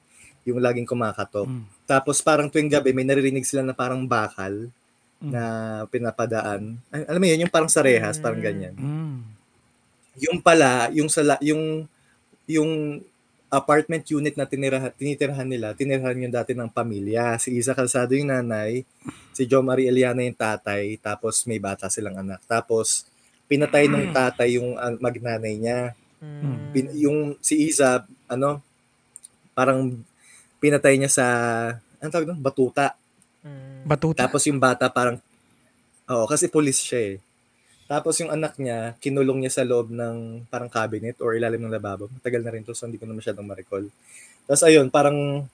Yung laging kumakatok.
Mm.
Tapos parang tuwing gabi may naririnig sila na parang bakal
Mm.
na pinapadaan. Ay, alam mo yun, yung parang sarehas, parang
Mm.
ganyan.
Mm.
Yung pala, yung sala, yung yung apartment unit na tinirahan, tinitirhan nila, tinirahan yung dati ng pamilya. Si Isa Calzado yung nanay, si Jo Marie Eliana yung tatay, tapos may bata silang anak. Tapos pinatay nung tatay yung ah, magnanay niya
Mm.
pin, yung si Isa, ano, parang pinatay niya sa, ano tawag doon? Batuta.
Mm.
Batuta.
Tapos yung bata parang, oo, kasi police siya eh. Tapos yung anak niya, kinulong niya sa loob ng parang cabinet or ilalim ng lababo. Matagal na rin to, so hindi ko na masyadong ma-recall. Tapos ayun, parang,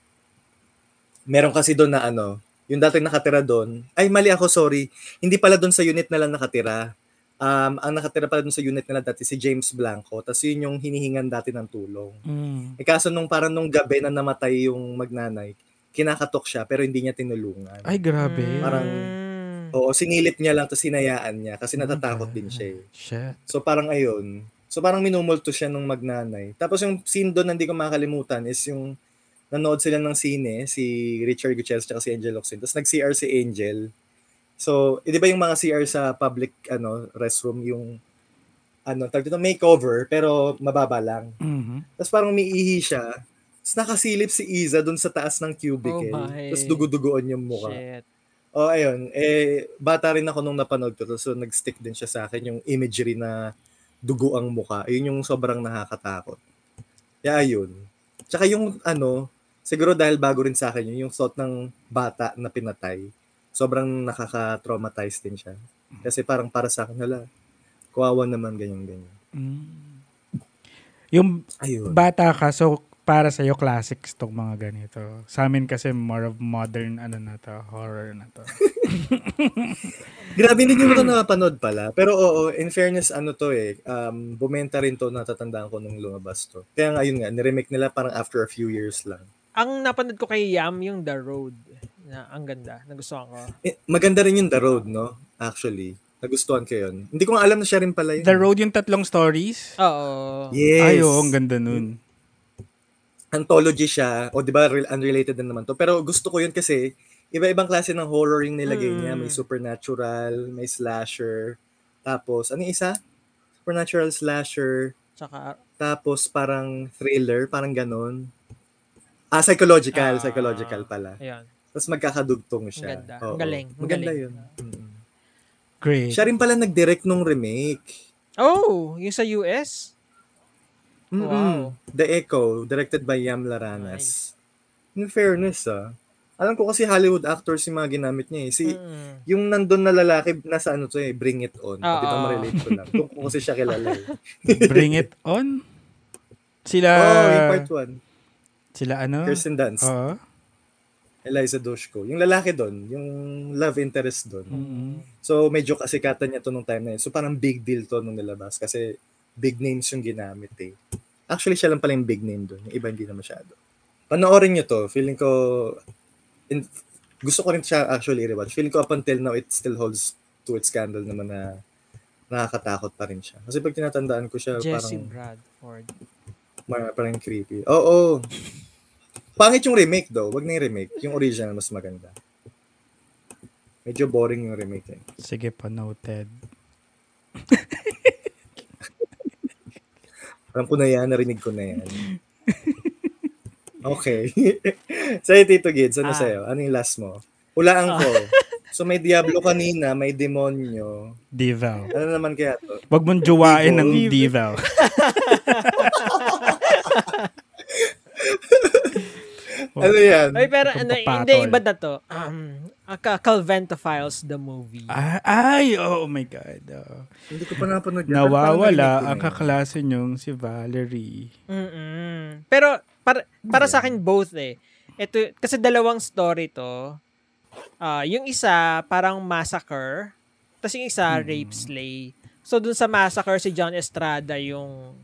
meron kasi doon na ano, yung dating nakatira doon, ay mali ako, sorry, hindi pala doon sa unit na lang nakatira. Um, ang nakatira pala doon sa unit nila dati si James Blanco. Tapos yun yung hinihingan dati ng tulong.
Mm.
Eh kaso nung parang nung gabi na namatay yung magnanay, kinakatok siya pero hindi niya tinulungan.
Ay, grabe.
Mm.
Parang- Oo, sinilip niya lang tapos hinayaan niya kasi natatakot din siya. eh.
Shit.
So parang ayun. So parang minumulto siya nung magnanay. Tapos yung scene doon na hindi ko makalimutan is yung nanood sila ng sine, si Richard Gutierrez at si Angel Locsin. Tapos nag-CR si Angel. So, eh, di ba yung mga CR sa public ano restroom yung ano, tag dito, may cover pero mababa lang.
Mhm.
Tapos parang umiihi siya. Tapos nakasilip si Iza doon sa taas ng cubicle.
Oh my.
Tapos dugudugoon yung mukha.
Shit.
O oh, ayun, eh, bata rin ako nung napanood ko. to. So nag-stick din siya sa akin yung imagery na dugo ang mukha. Yun yung sobrang nakakatakot. Kaya yun. Tsaka yung ano, siguro dahil bago rin sa akin yun, yung thought ng bata na pinatay. Sobrang nakaka-traumatize din siya. Kasi parang para sa akin, hala, kuwawa naman ganyan-ganyan.
Mm. Yung
Ayun.
bata ka, so para sa'yo classics tong mga ganito. Sa amin kasi more of modern ano na to, horror na
*laughs*
to.
Grabe, hindi ko ito napanood pala. Pero oo, in fairness, ano to eh, um, bumenta rin to, natatandaan ko nung lumabas to. Kaya nga, yun nga, niremake nila parang after a few years lang.
Ang napanood ko kay Yam, yung The Road. Na, ang ganda. Nagustuhan ko.
Eh, maganda rin yung The Road, no? Actually. Nagustuhan ko yun. Hindi ko nga alam na siya rin pala yun.
The Road yung tatlong stories.
Oo.
Yes.
Ay, oo, ang ganda nun.
Anthology siya. O, di ba, rel- unrelated din naman to. Pero gusto ko yun kasi, iba-ibang klase ng horror yung nilagay niya. May
Mm.
supernatural, may slasher. Tapos, ano yung isa? Supernatural slasher.
Tsaka,
Tapos parang thriller, parang ganun. Ah,
Ah.
psychological, psychological pala.
ayan.
Tapos magkakadugtong
Ang
siya.
ganda.
Oo.
Ang galing. Ang
Maganda
galing.
yun. Mm.
Great.
Siya rin pala nag-direct nung remake.
Oh, yung sa US?
Mm-mm.
Wow.
The Echo, directed by Yam Laranas. In fairness, ah. Alam ko kasi Hollywood actors yung mga ginamit niya eh. Si,
Mm.
yung nandun na lalaki, nasa ano to eh, Bring It On.
Ah,
Di ba
ah.
ma-relate ko lang? Kung kung kasi siya kilala
*laughs*
eh.
Bring it on.
Ah.
Sila,
oh, yung part 1.
sila ano?
Kirsten Dunst.
Oo.
Eliza Dushko. Yung lalaki doon, yung love interest doon.
Mm-mm.
So medyo kasikatan niya to nung time na yun. So parang big deal to nung nilabas kasi big names yung ginamit eh. Actually, siya lang pala yung big name doon. Yung iba hindi na masyado. Panoorin niyo to. Feeling ko, in, gusto ko rin siya actually i-rewatch. Feeling ko up until now, it still holds to its candle naman na nakakatakot pa rin siya. Kasi pag tinatandaan ko siya,
Jesse
parang,
Bradford.
mar- parang creepy. Oo. Pangit yung remake though. Wag na yung remake. Yung original mas maganda. Medyo boring yung remake eh.
Sige po, noted.
Alam ko na yan, narinig ko na yan.
*laughs*
okay. *laughs* sa'yo, Tito Gids, ano
Ah.
sa'yo? Ano yung last mo? Hulaan ko.
*laughs*
so may Diablo kanina, may demonyo.
Devow.
Ano naman kaya to?
Wag mong jowain ng
Devow.
devow. Oh.
Ano yan?
Ay, pero ano,
Itong papatol.
hindi, iba na to. Um, Aka- Calventophiles, the movie.
*laughs* Ah, ay, oh my God. oh.
Hindi ko pa napanood yan. Pero parang narinig ko
Ah,
Nawawala
na
ang
yan.
kaklase niyong si Valerie.
Mm-mm. Pero para para sa akin both eh. Ito kasi dalawang story to. Ah, yung isa parang massacre, tapos yung isa
Hmm.
rape slay. So dun sa massacre si John Estrada yung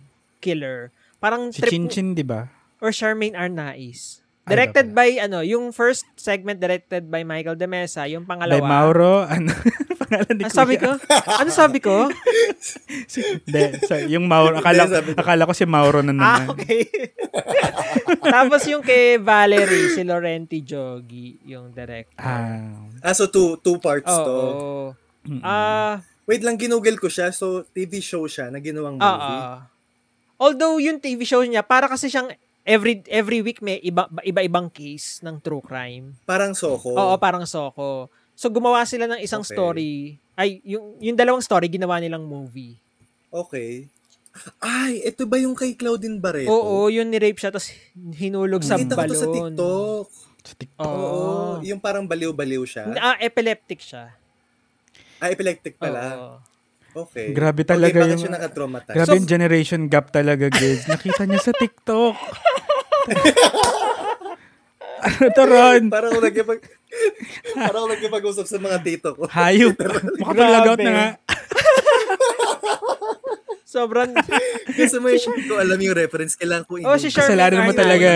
killer. Parang
Si
trip
Chinchin, di ba?
or Charmaine Arnaiz.
Ay,
Directed by ano, yung first segment directed by Michael De Mesa, yung
By
pangalawa.
Mauro, *laughs* ano? pangalan ni
Ano
Ah,
Kuya.
sabi ko? Ano sabi
*laughs*
ko?
Hindi, sa- yung Mauro, akala,
Hindi, sabi ko.
akala ko si Mauro na naman.
Ah, okay. *laughs* Tapos yung kay Valerie, si Laurenti Jogi, yung director.
Ah,
Ah, so two, two parts
Oo.
to.
mm-mm.
Ah,
Wait lang, ginugel ko siya. So, TV show siya na ginawang
ah,
movie.
ah. Although yung TV show niya, para kasi siyang every every week may iba, iba-ibang case ng true crime.
Parang Soko.
Oo, parang soko. So gumawa sila ng isang
Oh. Okay.
story. Ay, yung yung dalawang story ginawa nilang movie.
Okay. Ay, ito ba yung kay Claudine Barreto?
Oo, yun ni-rape siya tapos hinulog sa
Nakita ko
balon.
to sa TikTok.
sa TikTok.
Oo.
Oo. Yung parang baliw-baliw siya.
Ah, epileptic siya.
Ah, epileptic pala.
Oo.
Okay.
Grabe talaga
okay, bakit
yung-
siya nakatraumatize?
Grabe
So-
yung generation gap talaga, guys. Nakita niya sa TikTok. ano to, Ron?
*laughs* parang ako nagkipag... *laughs* parang ako nagkipag-usap sa mga tito ko.
Hayop. Makapag-log out na
Grabe.
nga.
*laughs*
Sobrang
Kasi may hindi ko alam yung reference. Kailangan ko
Oh, si
i-google.
Charmaine
Kasalanan mo
Arnaiz.
talaga.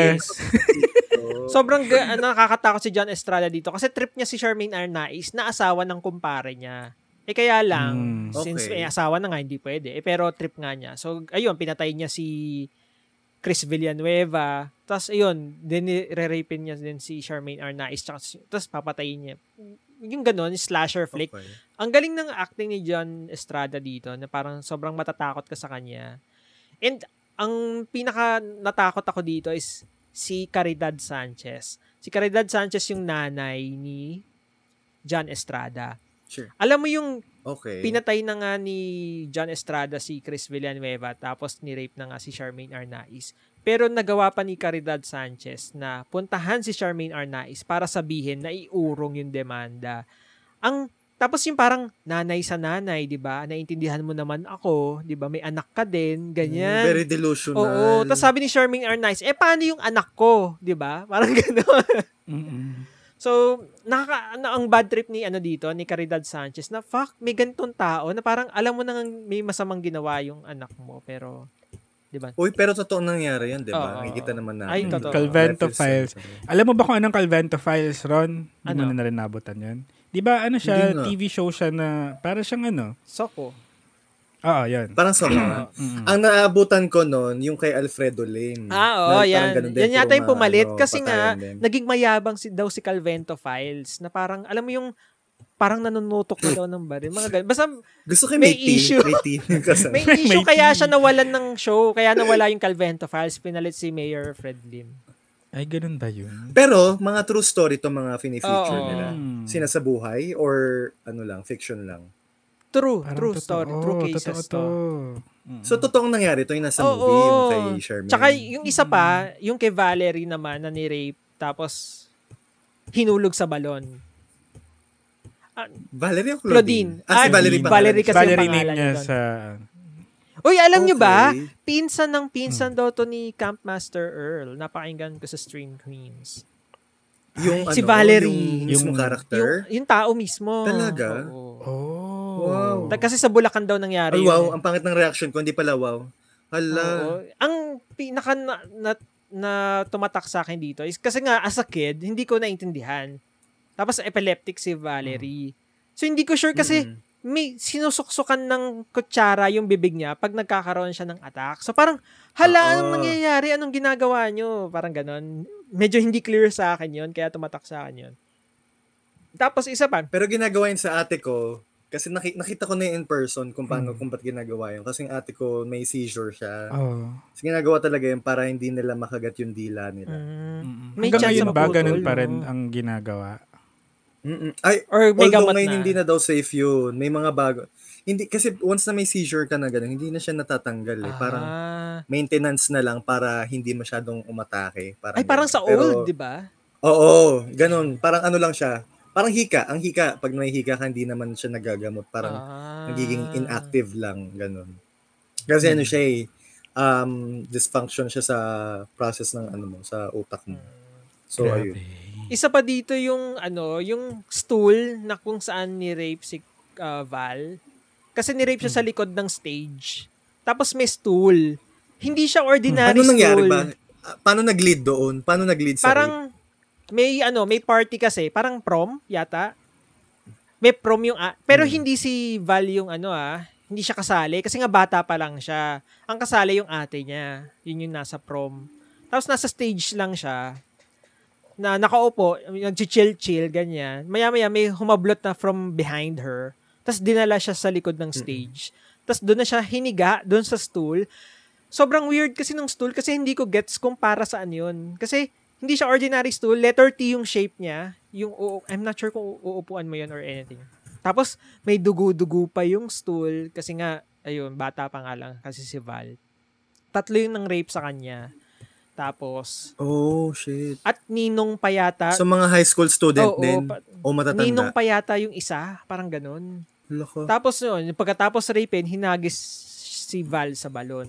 *laughs*
Sobrang ga- ano, nakakatakot si John Estrada dito kasi trip niya si Charmaine Arnaiz na asawa ng kumpare niya. Eh kaya lang,
Hmm.
since
Okay.
may asawa na nga, hindi pwede. Eh, pero trip nga niya. So, ayun, pinatay niya si Chris Villanueva. Tapos, ayun, dinire-rape niya din si Charmaine Arnaiz. tsaka si- Tapos, papatayin niya. Yung ganun, slasher flick.
Okay.
Ang galing ng acting ni John Estrada dito na parang sobrang matatakot ka sa kanya. And ang pinaka natakot ako dito is si Caridad Sanchez. Si Caridad Sanchez yung nanay ni John Estrada.
Sure.
Alam mo yung
Okay.
pinatay na nga ni John Estrada si Chris Villanueva tapos ni-rape na nga si Charmaine Arnaiz. Pero nagawa pa ni Caridad Sanchez na puntahan si Charmaine Arnaiz para sabihin na iurong yung demanda. Ang tapos yung parang nanay sa nanay, 'di ba? Naintindihan mo naman ako, 'di ba? May anak ka din, ganyan.
Mm, Very delusional.
Oo, tapos sabi ni Charmaine Arnaiz, eh paano yung anak ko, 'di ba? *laughs* Parang gano'n.
Mm-mm.
So, nakaka, ano, ang bad trip ni ano dito, ni Caridad Sanchez, na fuck, may ganitong tao na parang alam mo nang may masamang ginawa yung anak mo, pero, di ba?
Uy, pero totoo nangyari yan,
Oo.
di ba? Nakikita naman natin.
Ay,
yung
totoo.
Calvento files.
reference natin.
Alam mo ba kung anong Calvento Files, Ron? Hindi
Ano?
mo na rin nabutan yun. Di ba, ano
Hindi
siya,
nga.
TV show siya na, para siyang ano.
Soko.
Oo, yan.
Parang sa mga.
Mm-hmm.
Ang naabutan ko noon, yung kay Alfredo Lim.
Ah, oo,
Na Mm. parang
yan.
ganun din,
Yan yata yung
puro mga,
pumalit
ano,
kasi nga,
patayan din.
naging mayabang si, daw si Calvento Files, na parang, alam mo yung, parang nanunutok na daw ng baril. Mga ganun. Basta,
gusto ko
may
may, tea,
issue.
May tea. Kasi,
may
*laughs* May
issue
tea.
kaya siya nawalan ng show, kaya nawala yung Calvento Files, pinalit si Mayor Fred Lim.
Ay, ganun ba yun?
pero, mga true story to mga fini-feature
Oo.
nila.
Hmm.
Sinasabuhay or ano lang, fiction lang.
True,
Parang
true
totoo.
story, true
totoo
cases
to.
to.
Mm-mm.
So, totoong nangyari to yung nasa
Oo.
movie, yung kay Charmaine.
Tsaka yung isa pa, yung kay Valerie naman na ni-rape tapos hinulog sa balon.
Valerie o
Claudine.
Claudine? Ah, si
Ah,
Valerie pa.
Valerie kasi
Valerie
yung
name
pangalan
niya
niya doon.
sa...
Uy, alam nyo ba?
Okay.
Pinsan ng pinsan
Hmm.
daw to ni Campmaster Earl. Napakinggan ko sa Stream Queens.
Yung,
Si
ano,
Valerie.
Yung mismong
Yung-
character.
Yung, yung tao mismo.
Talaga?
Oo.
Oh.
Wow.
Ta- Kasi sa Bulacan daw nangyari
Ay,
yun
wow.
eh.
Ang pangit ng reaction ko. Hindi pala
Oo.
wow. Hala.
Ang pinaka na, na, na tumatak sa akin dito is kasi nga as a kid, hindi ko naintindihan. Tapos epileptic si Valerie. So hindi ko sure kasi
Mm. Mm-mm.
may sinusuksukan ng kutsara yung bibig niya pag nagkakaroon siya ng attack. So parang, hala, anong
Oo.
nangyayari? Anong ginagawa nyo? Parang ganon. Medyo hindi clear sa akin yun, kaya tumatak sa akin yun. Tapos isa pa,
Pero ginagawa yun sa ate ko, Kasi naki- nakita ko na yun in person kung
Hmm.
paano, kung ba't ginagawa yun. Kasi yung ate ko, may seizure
Ah.
siya.
Oh.
Kasi ginagawa talaga yun para hindi nila makagat yung dila nila.
Mm. May
Hanggang
chance
ngayon
na
ba,
maputol,
ganun pa rin
no?
ang ginagawa?
Mm-mm. Ay,
Or may
although
gamot
ngayon
na.
hindi na daw safe yun. May mga bago. Hindi, kasi once na may seizure ka na ganun, hindi na siya natatanggal eh. Parang
Ah.
maintenance na lang para hindi masyadong umatake. Parang
Ay, parang sa
ganun. ano, Pero-
old, di ba?
Oo, ganun. Parang ano lang siya. Parang hika. Ang hika, pag may hika ka, hindi naman siya nagagamot. Parang
Ah.
nagiging inactive lang. Ganun. Kasi ano siya eh, um, dysfunction siya sa process ng ano mo, sa utak mo. So, ayun. Mm.
Isa pa dito yung ano, yung stool na kung saan ni rape si ah, Val. Kasi ni rape siya
Mm.
sa likod ng stage. Tapos may stool. Hindi siya ordinary
Ano nangyari
stool.
ba? Ah, Paano nag-lead doon? Paano nag-lead sa rape?
Parang may ano, may party kasi, parang prom yata. May prom yung a- pero hindi si Val yung ano ah, hindi siya kasali kasi nga bata pa lang siya. Ang kasali yung ate niya. Yun yung nasa prom. Tapos nasa stage lang siya na nakaupo, nag-chill-chill, ganyan. Maya-maya may humablot na from behind her. Tapos dinala siya sa likod ng stage. Tapos doon na siya hiniga, doon sa stool. Sobrang weird kasi nung stool kasi hindi ko gets kung para saan yun. Kasi hindi siya ordinary stool. Letter T yung shape niya. Yung, uu- I'm not sure kung u- uupuan mo yun or anything. Tapos may dugo-dugo pa yung stool kasi nga, ayun, bata pa nga lang kasi si Val. Tatlo yung nang rape sa kanya. Tapos,
Oh, shit.
at ninong pa yata.
So, mga high school student
Ah. Oo,
din?
pa-
o matatanda?
ninong pa yata yung isa. Parang ganun.
Loko.
Tapos yun, pagkatapos rapin, hinagis si Val sa balon.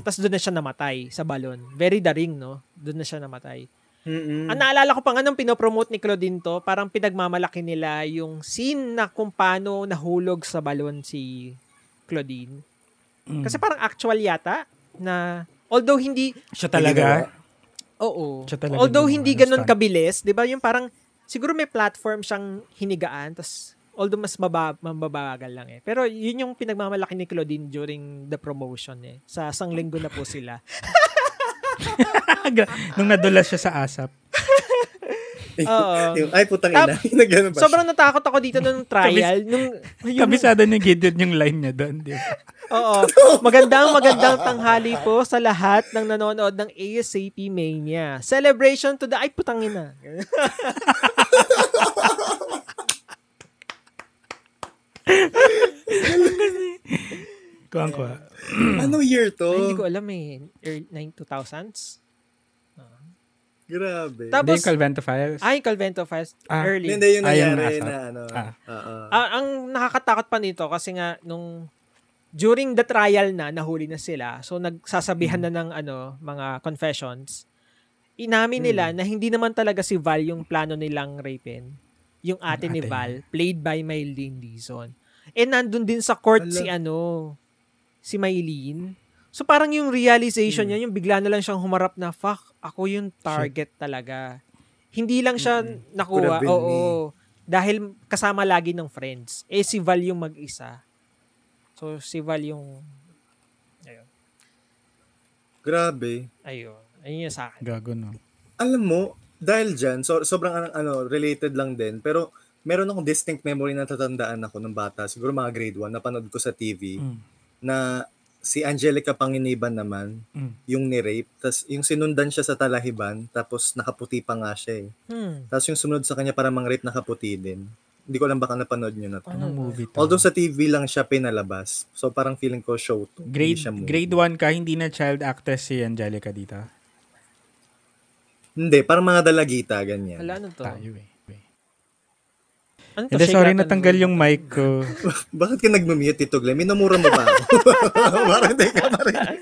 Tapos doon na siya namatay sa balon. Very daring, no? Doon na siya namatay.
Mm-mm.
Ang naalala ko pa nga nung pinopromote ni Claudine to, parang pinagmamalaki nila yung scene na kung paano nahulog sa balon si Claudine. Kasi parang actual yata na although hindi
Siya *laughs* talaga?
Oo.
Siya talaga
Although
yung
hindi
ano,
ganun
stunt.
kabilis, 'di ba? Yung parang siguro may platform siyang hinigaan tas although mas maba, mababagal lang eh. Pero yun yung pinagmamalaki ni Claudine during the promotion eh. Sa isang linggo na po
*laughs*
sila.
Ah, Nung nadulas siya sa asap.
Oo.
*laughs* Yung, ay, putang ina.
Tap-
Ano
Nagano ba
Sobrang natakot ako dito
*laughs*
nung trial. nung, yung-
Kabisado ni Gideon yung line niya doon. Di
*laughs*
ba?
Oo. Magandang magandang tanghali po sa lahat ng nanonood ng ASAP Mania. Celebration to the... Ay, putangin na.
Kuwang-kuwa.
siya? Ano year to?
Ay, hindi
Oh.
ko alam eh. Early 2000s?
Grabe.
Hindi
Tapos,
yung Calvento Files.
ay, Convento Fest,
Ah.
early.
Hindi, yun
Ah, yung
nangyari
nasa-
na ano.
Ah.
Oo.
Ah, ang nakakatakot pa nito kasi nga nung during the trial na nahuli na sila. So nagsasabihan na ng ano mga confessions. Inamin nila na hindi naman talaga si Val yung plano nilang rapin. Yung ate ni
ate.
Val played by Maylene Dizon. And nandun din sa court
Ala.
si ano si Maylene. So parang yung realization
Hmm.
niya, yung bigla na lang siyang humarap na fuck, ako yung target talaga. Hindi lang siya
Could
nakuha.
have been
Oo. Dahil kasama lagi ng friends. Eh, si Val yung mag-isa. So, si Val yung... Ayun.
Grabe.
Ayun. Ayun yung sa akin.
Gago, no?
Alam mo, dahil dyan, so, sobrang ano- ano, related lang din, pero meron akong distinct memory na tatandaan ako nung bata, siguro mga grade 1, napanood ko sa TV,
Mm.
na si Angelica Panginiban naman,
Mm.
yung ni-rape, tas yung sinundan siya sa talahiban, tapos nakaputi pa nga siya eh.
Hmm.
Tapos yung sumunod sa kanya para mang-rape nakaputi din. Hindi ko alam baka napanood nyo na to.
Anong movie to?
Although sa TV lang siya pinalabas. So parang feeling ko show to. hindi
grade
siya movie.
grade 1 ka, hindi na child actress si Angelica dito.
Hindi, parang mga dalagita, ganyan.
Wala ano to?
Tayo eh.
Ano to?
Hindi, sorry,
Shigatan
natanggal
mo?
yung mic
*laughs*
ko.
Bakit ka nag-mute, Tito Glenn? Minamura mo ba *laughs* ako? Parang hindi ka *laughs* marinig.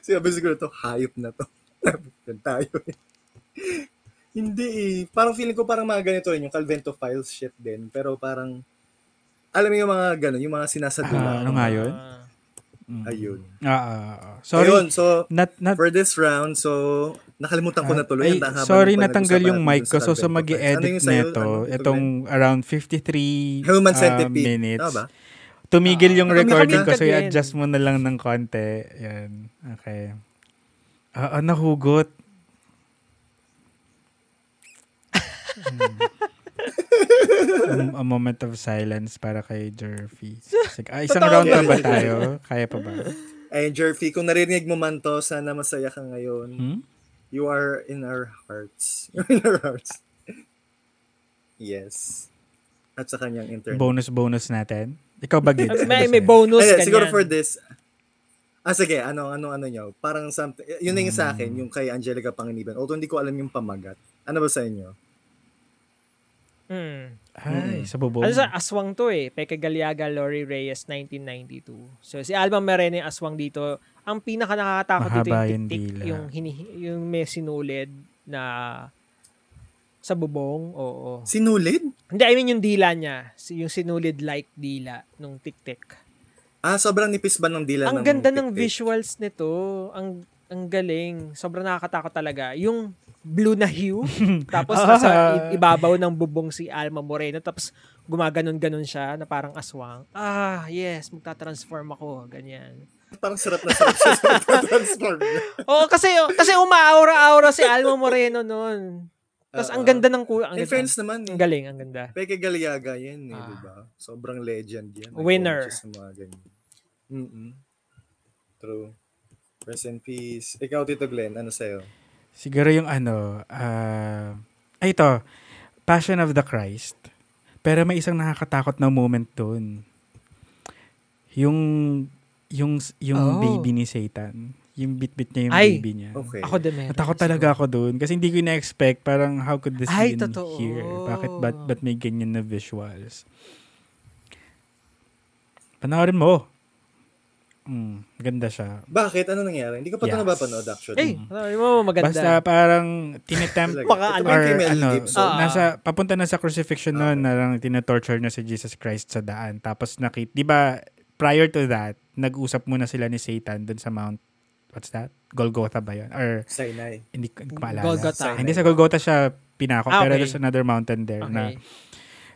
Sabi siguro to, hayop na to. *laughs* Yan tayo eh. Hindi eh. Parang feeling ko parang mga ganito rin, yung Calvento Files shit din. Pero parang, alam mo yung mga gano'n, yung mga
Ah,
sinasadula.
ano nga *laughs* yun?
Ah.
Ayun.
Ah, ah, ah. Sorry.
Ayun, so,
Not, not,
for this round, so, nakalimutan ko na
Ah, Ay,
tuloy. Ang haba ng
sorry,
panag-usapan
natanggal yung
natin
mic
sa
ko. So, sa
Calvento
mag
Files. Ano
edit
yung sa'yo?
nito,
Ano, Tito
itong
Glenn?
around 53
Human
ah,
Centipede.
minutes.
Tama ba? Ah,
Tumigil yung
Kami-
recording
kami
ko, so
din.
i-adjust mo na lang ng konti. Yan. Okay. Ah, ah, nahugot. *laughs* Hmm. a, a moment of silence para kay Jerfy. Sige, ah, isang round pa ba tayo? Kaya pa ba?
Ayun, Jerfy, kung narinig mo man to, sana masaya ka ngayon.
Hmm?
You are in our hearts. *laughs* You're in our hearts. Yes. At sa kanyang internet.
Bonus-bonus natin. Ikaw ba, Gids? Ano
*laughs*
may, may
sa'yo?
bonus
Ayun,
ka
siguro
niyan.
for this. Ah, sige, ano, ano, ano nyo? Parang something, yun na yung sa
Hmm.
akin, yung kay Angelica Panginiban. Although hindi ko alam yung pamagat. Ano ba sa inyo?
Mm.
Ay, sa bubong.
Ano sa aswang to eh. Peke Galiaga, Lori Reyes, 1992. So si Alma Merene yung aswang dito. Ang pinaka nakakatakot dito
Mahaba
yung
yung
tiktik,
dila.
yung, hini- yung may sinulid na sa bubong. Oo.
Sinulid?
Hindi, I mean yung dila niya. Si- Yung sinulid like dila nung tiktik.
Ah, sobrang nipis ba ng dila ng
Ang ganda ng
tiktik?
visuals nito. Ang ang galing. Sobrang nakakatakot talaga. Yung blue na
*laughs*
hue, tapos
Ah.
nasa i- ibabaw ng bubong si Alma Moreno, tapos gumaganon-ganon siya na parang aswang. Ah, yes, magta-transform ako, ganyan.
Parang sarap na sarap siya
*laughs*
sa transform.
Oo, kasi kasi umaaura-aura si Alma Moreno noon. Tapos ang
Oo.
ganda ng kulay. Ang,
In
ganda.
fairness naman,
ang
eh.
galing, ang ganda.
Peke Galiaga yan, eh,
Ah.
di ba? Sobrang legend yan.
Winner.
Nag-coaches Sa mga ganyan. Mm-mm. True. Rest in peace. Ikaw, Tito Glenn, ano sa'yo?
Siguro yung ano, ah, ay ito, Passion of the Christ. Pero may isang nakakatakot na moment doon. Yung yung yung
Oh.
baby ni Satan. Yung bitbit niya yung
Ay.
baby niya.
Okay.
Ako din meron.
Natakot talaga ako doon kasi hindi ko na-expect parang how could this
Ay,
be in
totoo.
here? Bakit ba't, ba't may ganyan na visuals? Panoorin mo. Mm, ganda siya.
Bakit? Ano nangyari? Hindi ko pa
Yes.
ito napapanood actually. Mm-hmm.
Ay, alam mo, maganda.
Basta parang tinetempt
Talaga.
*laughs* Baka
Ito
ano.
ba
or
yung kay Mel
ano,
Gibson?
Ah.
nasa papunta na sa crucifixion noon na lang tinatorture na si Jesus Christ sa daan. Tapos nakita, 'di ba, prior to that, nag-usap muna sila ni Satan dun sa Mount what's that? Golgotha ba 'yon? Or
Sinai.
hindi ko hindi ko maalala.
Golgotha.
Hindi sa Golgotha siya pinako,
Ah, okay.
pero there's another mountain there na
Okay.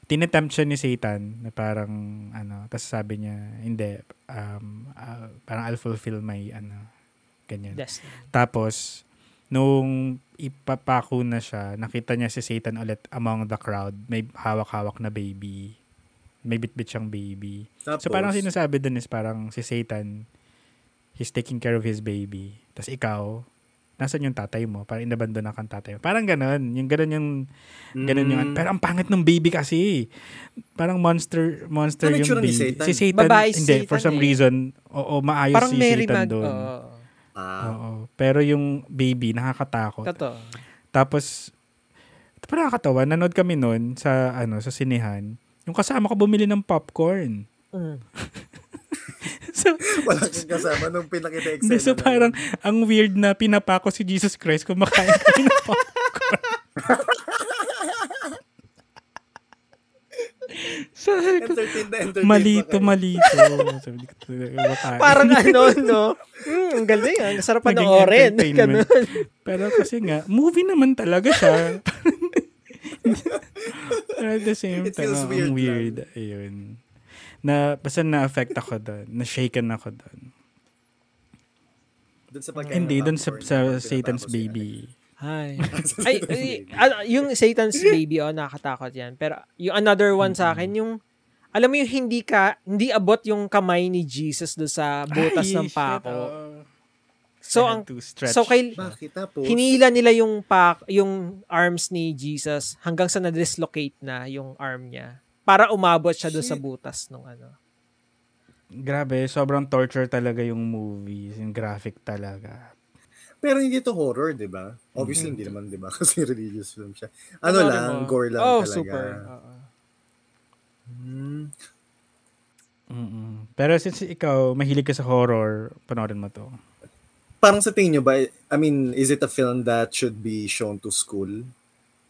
tinetempt siya ni Satan na parang ano, tapos sabi niya, hindi, um, ah, parang I'll fulfill my ano, ganyan.
Destiny.
Tapos, nung ipapako na siya, nakita niya si Satan ulit among the crowd. May hawak-hawak na baby. May bit-bit siyang baby.
Tapos,
So parang sinasabi dun is parang si Satan, he's taking care of his baby. Tapos ikaw, nasan yung tatay mo? Parang inabandon na kang tatay mo. Parang ganun. Yung ganun yung, ganun yung,
Mm.
pero ang pangit ng baby kasi. Parang monster, monster yung
Ano itsura ni
baby.
Satan?
Si Satan,
Babae si
hindi, for
Satan
some
eh.
reason, oo, maayos
Parang
si
Mary
Satan
Mag.
doon.
Oo.
Ah, *laughs*
Oo. Pero yung baby, nakakatakot.
Totoo.
Tapos, ito pa nakakatawa, nanood kami noon sa, ano, sa sinehan. Yung kasama ko bumili ng popcorn.
Mm.
*laughs* so,
wala kang kasama nung pinakita
so,
eksena. na-
parang, ang weird na pinapako si Jesus Christ kumakain kami
*laughs*
ng popcorn. Sabi ko,
entertained na entertained.
malito,
pa kayo.
malito. Sabi ko, "Kumakain."
*laughs* Parang ano, no? Mm, ang galing, ang sarap
Naging
panoorin. *laughs*
entertainment.
Ganun.
Pero kasi nga, movie naman talaga siya. *laughs* Pero at the same
It
time,
feels
ang
weird
weird. Ayun. Na, basta na-affect ako doon. Na-shaken ako doon.
Dun sa pagkain.
Hindi,
ng
doon sa,
popcorn,
sa
yung
Satan's
pinatapos yan.
baby.
Ay, *laughs*
Satan's
ay, ay, ano, yung Satan's Baby, oh, nakakatakot yan. Pero yung another one sa akin, yung, alam mo yung hindi ka, hindi abot yung kamay ni Jesus do sa butas
Ay,
ng
shit,
pako.
oo.
So,
I had
ang,
to stretch.
so kay,
Bakit tapos?
hinila nila yung pak, yung arms ni Jesus hanggang sa na-dislocate na yung arm niya para umabot siya do sa
Shit.
butas nung ano.
Grabe, sobrang torture talaga yung movie. Yung graphic talaga.
Pero hindi to horror, di ba?
Mm.
Obviously, hindi naman, di ba? *laughs* Kasi religious film siya. Ano
Panoorin
lang,
mo.
gore lang
oh,
talaga.
super. Oo.
Hmm.
mm Pero since ikaw, mahilig ka sa horror, panoorin mo to.
Parang sa tingin nyo ba, I mean, is it a film that should be shown to school?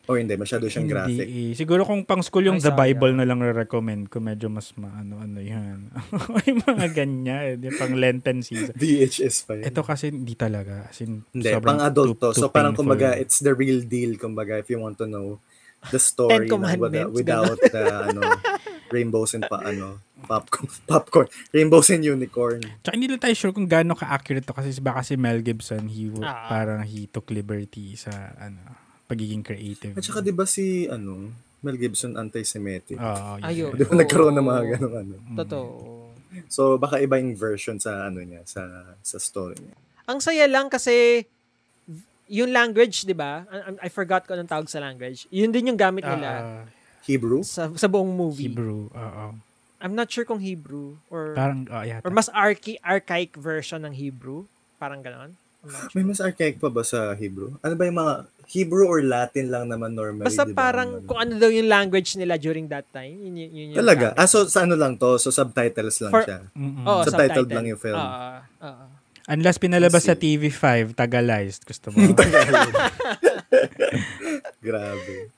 Or hindi, masyado siyang graphic.
Hindi eh. Siguro kung pang school yung
Ay,
The
sayang.
Bible na lang re-recommend ko, medyo mas maano-ano yan. *laughs* yung mga ganyan, yung pang Lenten season.
VHS pa yun.
Ito kasi hindi talaga. As in,
Hindi,
sobrang
pang adult
too-
to.
too
So parang
painful.
kumbaga, it's the real deal, kumbaga, if you want to know the story
Ten
ng wada-
Commandments,
without the ano, rainbows and pa, ano, popcorn, *laughs* popcorn, rainbows and unicorn.
Tsaka hindi lang tayo sure kung gaano ka-accurate to kasi baka si Mel Gibson, he, wo-
Ah.
parang he took liberty sa ano, pagiging creative.
At saka 'di ba si ano, Mel Gibson anti-Semitic.
Oo,
Ayun.
yun.
Di ba
Oo.
nagkaroon ng mga ganun ano.
Totoo.
So baka iba yung version sa ano niya, sa sa story niya.
Ang saya lang kasi yung language, di ba? I, I forgot ko anong tawag sa language. Yun din yung gamit nila
Ah, ah,
Hebrew?
sa, sa buong movie.
Hebrew. Oo.
I'm not sure kung Hebrew or
Parang, oh, yata.
or mas archi- archaic version ng Hebrew. Parang ganon. I'm not
May
sure.
mas archaic pa ba sa Hebrew? Ano ba yung mga Hebrew or Latin lang naman normally?
Basta
di ba?
parang kung ano daw yung language nila during that time. Yun, yun, yun yung
Talaga?
gamit.
Ah, so sa ano lang to? So subtitles lang
For-
siya.
Mm-mm.
Oo,
subtitled
subtitled.
lang yung film.
Oo, oo.
Unless pinalabas
Let's
sa
see.
TV5, Tagalyzed. Gusto
*laughs*
mo?
Grabe.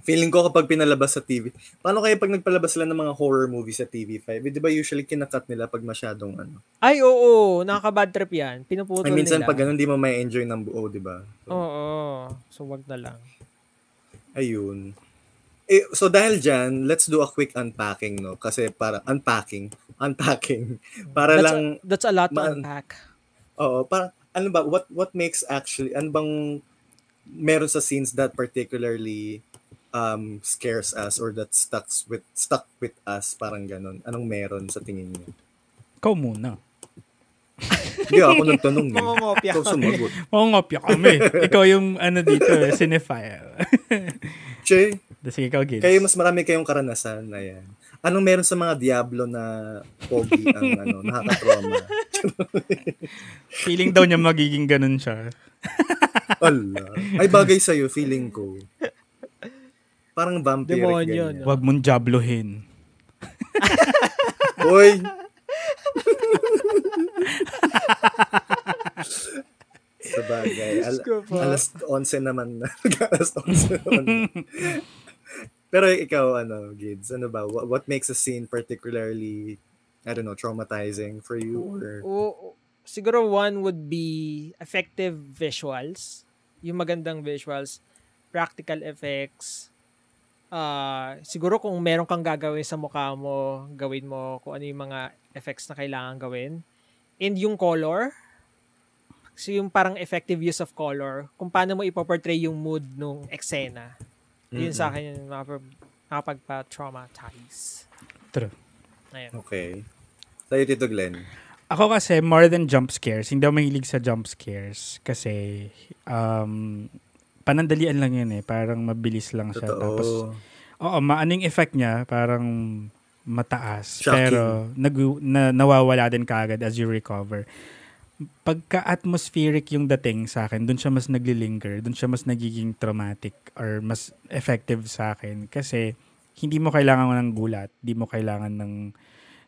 Feeling ko kapag pinalabas sa TV, paano kaya pag nagpalabas sila ng mga horror movie sa TV5? Eh, di ba usually kinakat nila pag masyadong ano?
Ay, oo. Nakaka-bad trip yan. Pinuputol
Ay, minsan
nila.
pag ganun, di mo may enjoy ng buo, di ba?
Oo. oo. So, wag na lang.
Ayun. Eh, so dahil dyan, let's do a quick unpacking, no? Kasi para, unpacking, *laughs* unpacking. Para
That's,
lang,
a, that's a lot to
ma-
unpack.
oo, para, ano ba, what, what makes actually, ano bang meron sa scenes that particularly um, scares us or that stucks with, stuck with us, parang ganun. Anong meron sa tingin niyo?
Ikaw muna.
Hindi ako nang tanong eh.
Mangungopia
Ikaw
ako.
sumagot.
Mangopya kami. ikaw yung ano dito, eh, cinephile. *laughs*
Che,
Sige, ikaw, Gil.
Kayo mas marami kayong karanasan, ayan. Anong meron sa mga Diablo na pogi ang ano, nakaka-trauma?
Feeling daw niya magiging ganun siya.
Ala. Ay bagay sa feeling ko. Parang vampiric
Demonyo,
ganyan.
no?
Huwag mong jablohin.
Hoy. sa bagay. Al-
Diyos ko po.
alas 11 naman na. *laughs* alas 11 naman na. Pero ikaw, ano, Gids, ano ba? What, what makes a scene particularly, I don't know, traumatizing for you? Or...
Oo. Siguro one would be effective visuals. Yung magandang visuals. Practical effects. ah siguro kung meron kang gagawin sa mukha mo, gawin mo kung ano yung mga effects na kailangan gawin. And yung color. So yung parang effective use of color. Kung paano mo ipoportray yung mood nung eksena. Yun sa akin yung nakapag- nakapagpa-traumatize.
True.
Ayan.
Okay. Sa'yo, Tito Glenn.
Ako kasi, more than jump scares, hindi ako mahilig sa jump scares kasi um, panandalian lang yun eh. Parang mabilis lang siya.
Totoo.
Tapos, oo, maaning effect niya, parang mataas.
Shocking.
Pero nag- na, nawawala din kaagad as you recover. Pagka-atmospheric yung dating sa akin, dun siya mas naglilinger, dun siya mas nagiging traumatic or mas effective sa akin. Kasi hindi mo kailangan ng gulat, hindi mo kailangan ng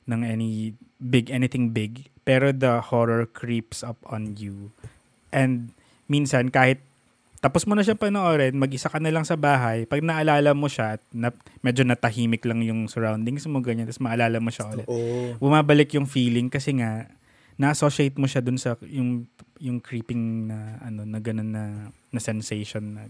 ng any big anything big pero the horror creeps up on you and minsan kahit tapos mo na siya panoorin, mag-isa ka na lang sa bahay, pag naalala mo siya at na, medyo natahimik lang yung surroundings mo, ganyan, tapos maalala mo siya ulit.
Oo.
Bumabalik yung feeling kasi nga, na-associate mo siya dun sa yung, yung creeping na, ano, na ganun na, na sensation na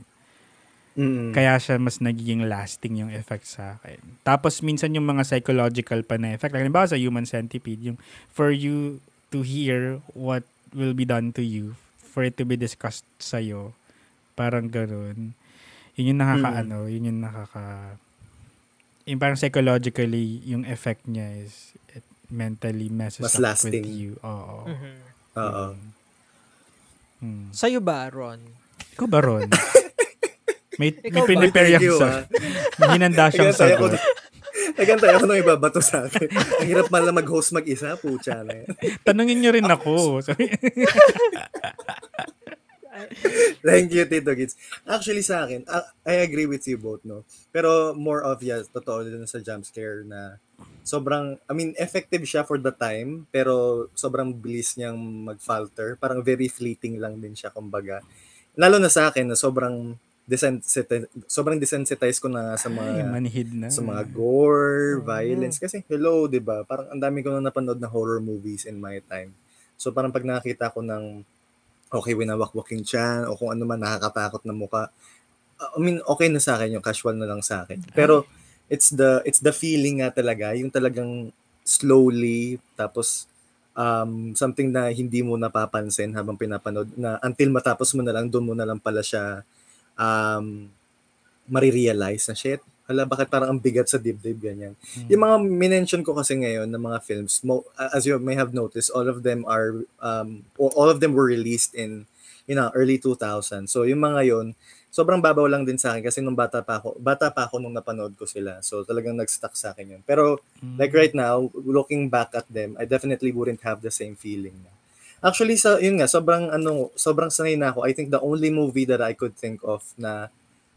Mm.
kaya siya mas nagiging lasting yung effect sa akin. Tapos minsan yung mga psychological pa na effect. Like, halimbawa sa human centipede, yung for you to hear what will be done to you, for it to be discussed sa'yo, parang ganun. Yun yung nakakaano,
Mm.
yun yung nakaka... Yung parang psychologically, yung effect niya is it mentally messes
Mas
up
lasting.
with you. Oo.
Mhm.
Oo.
Hmm.
Sa'yo ba, Ron?
Ikaw ba, Ron?
*laughs*
May, may
Ikaw ba?
pinipare
Thank you,
yung
ah.
sa... May hinanda siyang
Nagantay ako,
sagot.
nagantay ako nung ibabato sa akin. Ang hirap man lang mag-host mag-isa, pucha na yan.
Tanungin nyo
Ah,
rin ako. Sabi-
*laughs* Thank you, Tito Gids. Actually, sa akin, ah, I agree with you both, no? Pero more of, yes, totoo din sa jump scare na sobrang, I mean, effective siya for the time, pero sobrang bilis niyang mag-falter. Parang very fleeting lang din siya, kumbaga. Lalo na sa akin, na sobrang desensitize, sobrang desensitize ko na nga sa
Ay,
mga
manhid na.
ah, sa mga gore, violence. Kasi hello, 'di ba? Parang ang dami ko na napanood na horror movies in my time. So parang pag nakakita ko ng okay, winawakwak-waking tiyan o kung ano man nakakatakot na mukha. I mean, okay na sa akin yung casual na lang sa akin. Pero it's the it's the feeling nga talaga, yung talagang slowly tapos um, something na hindi mo napapansin habang pinapanood na until matapos mo na lang doon mo na lang pala siya um, marirealize na shit, hala bakit parang ang bigat sa dibdib ganyan. Yung mga minention ko kasi ngayon ng mga films, mo, as you may have noticed, all of them are um o- all of them were released in you know, early 2000. So yung mga yon, sobrang babaw lang din sa akin kasi nung bata pa ako, bata pa ako nung napanood ko sila. So talagang nag-stuck sa akin yun. Pero
Mm.
Like right now, looking back at them, I definitely wouldn't have the same feeling. na. Actually, sa, yun nga, sobrang, ano, sobrang sanay na ako. I think the only movie that I could think of na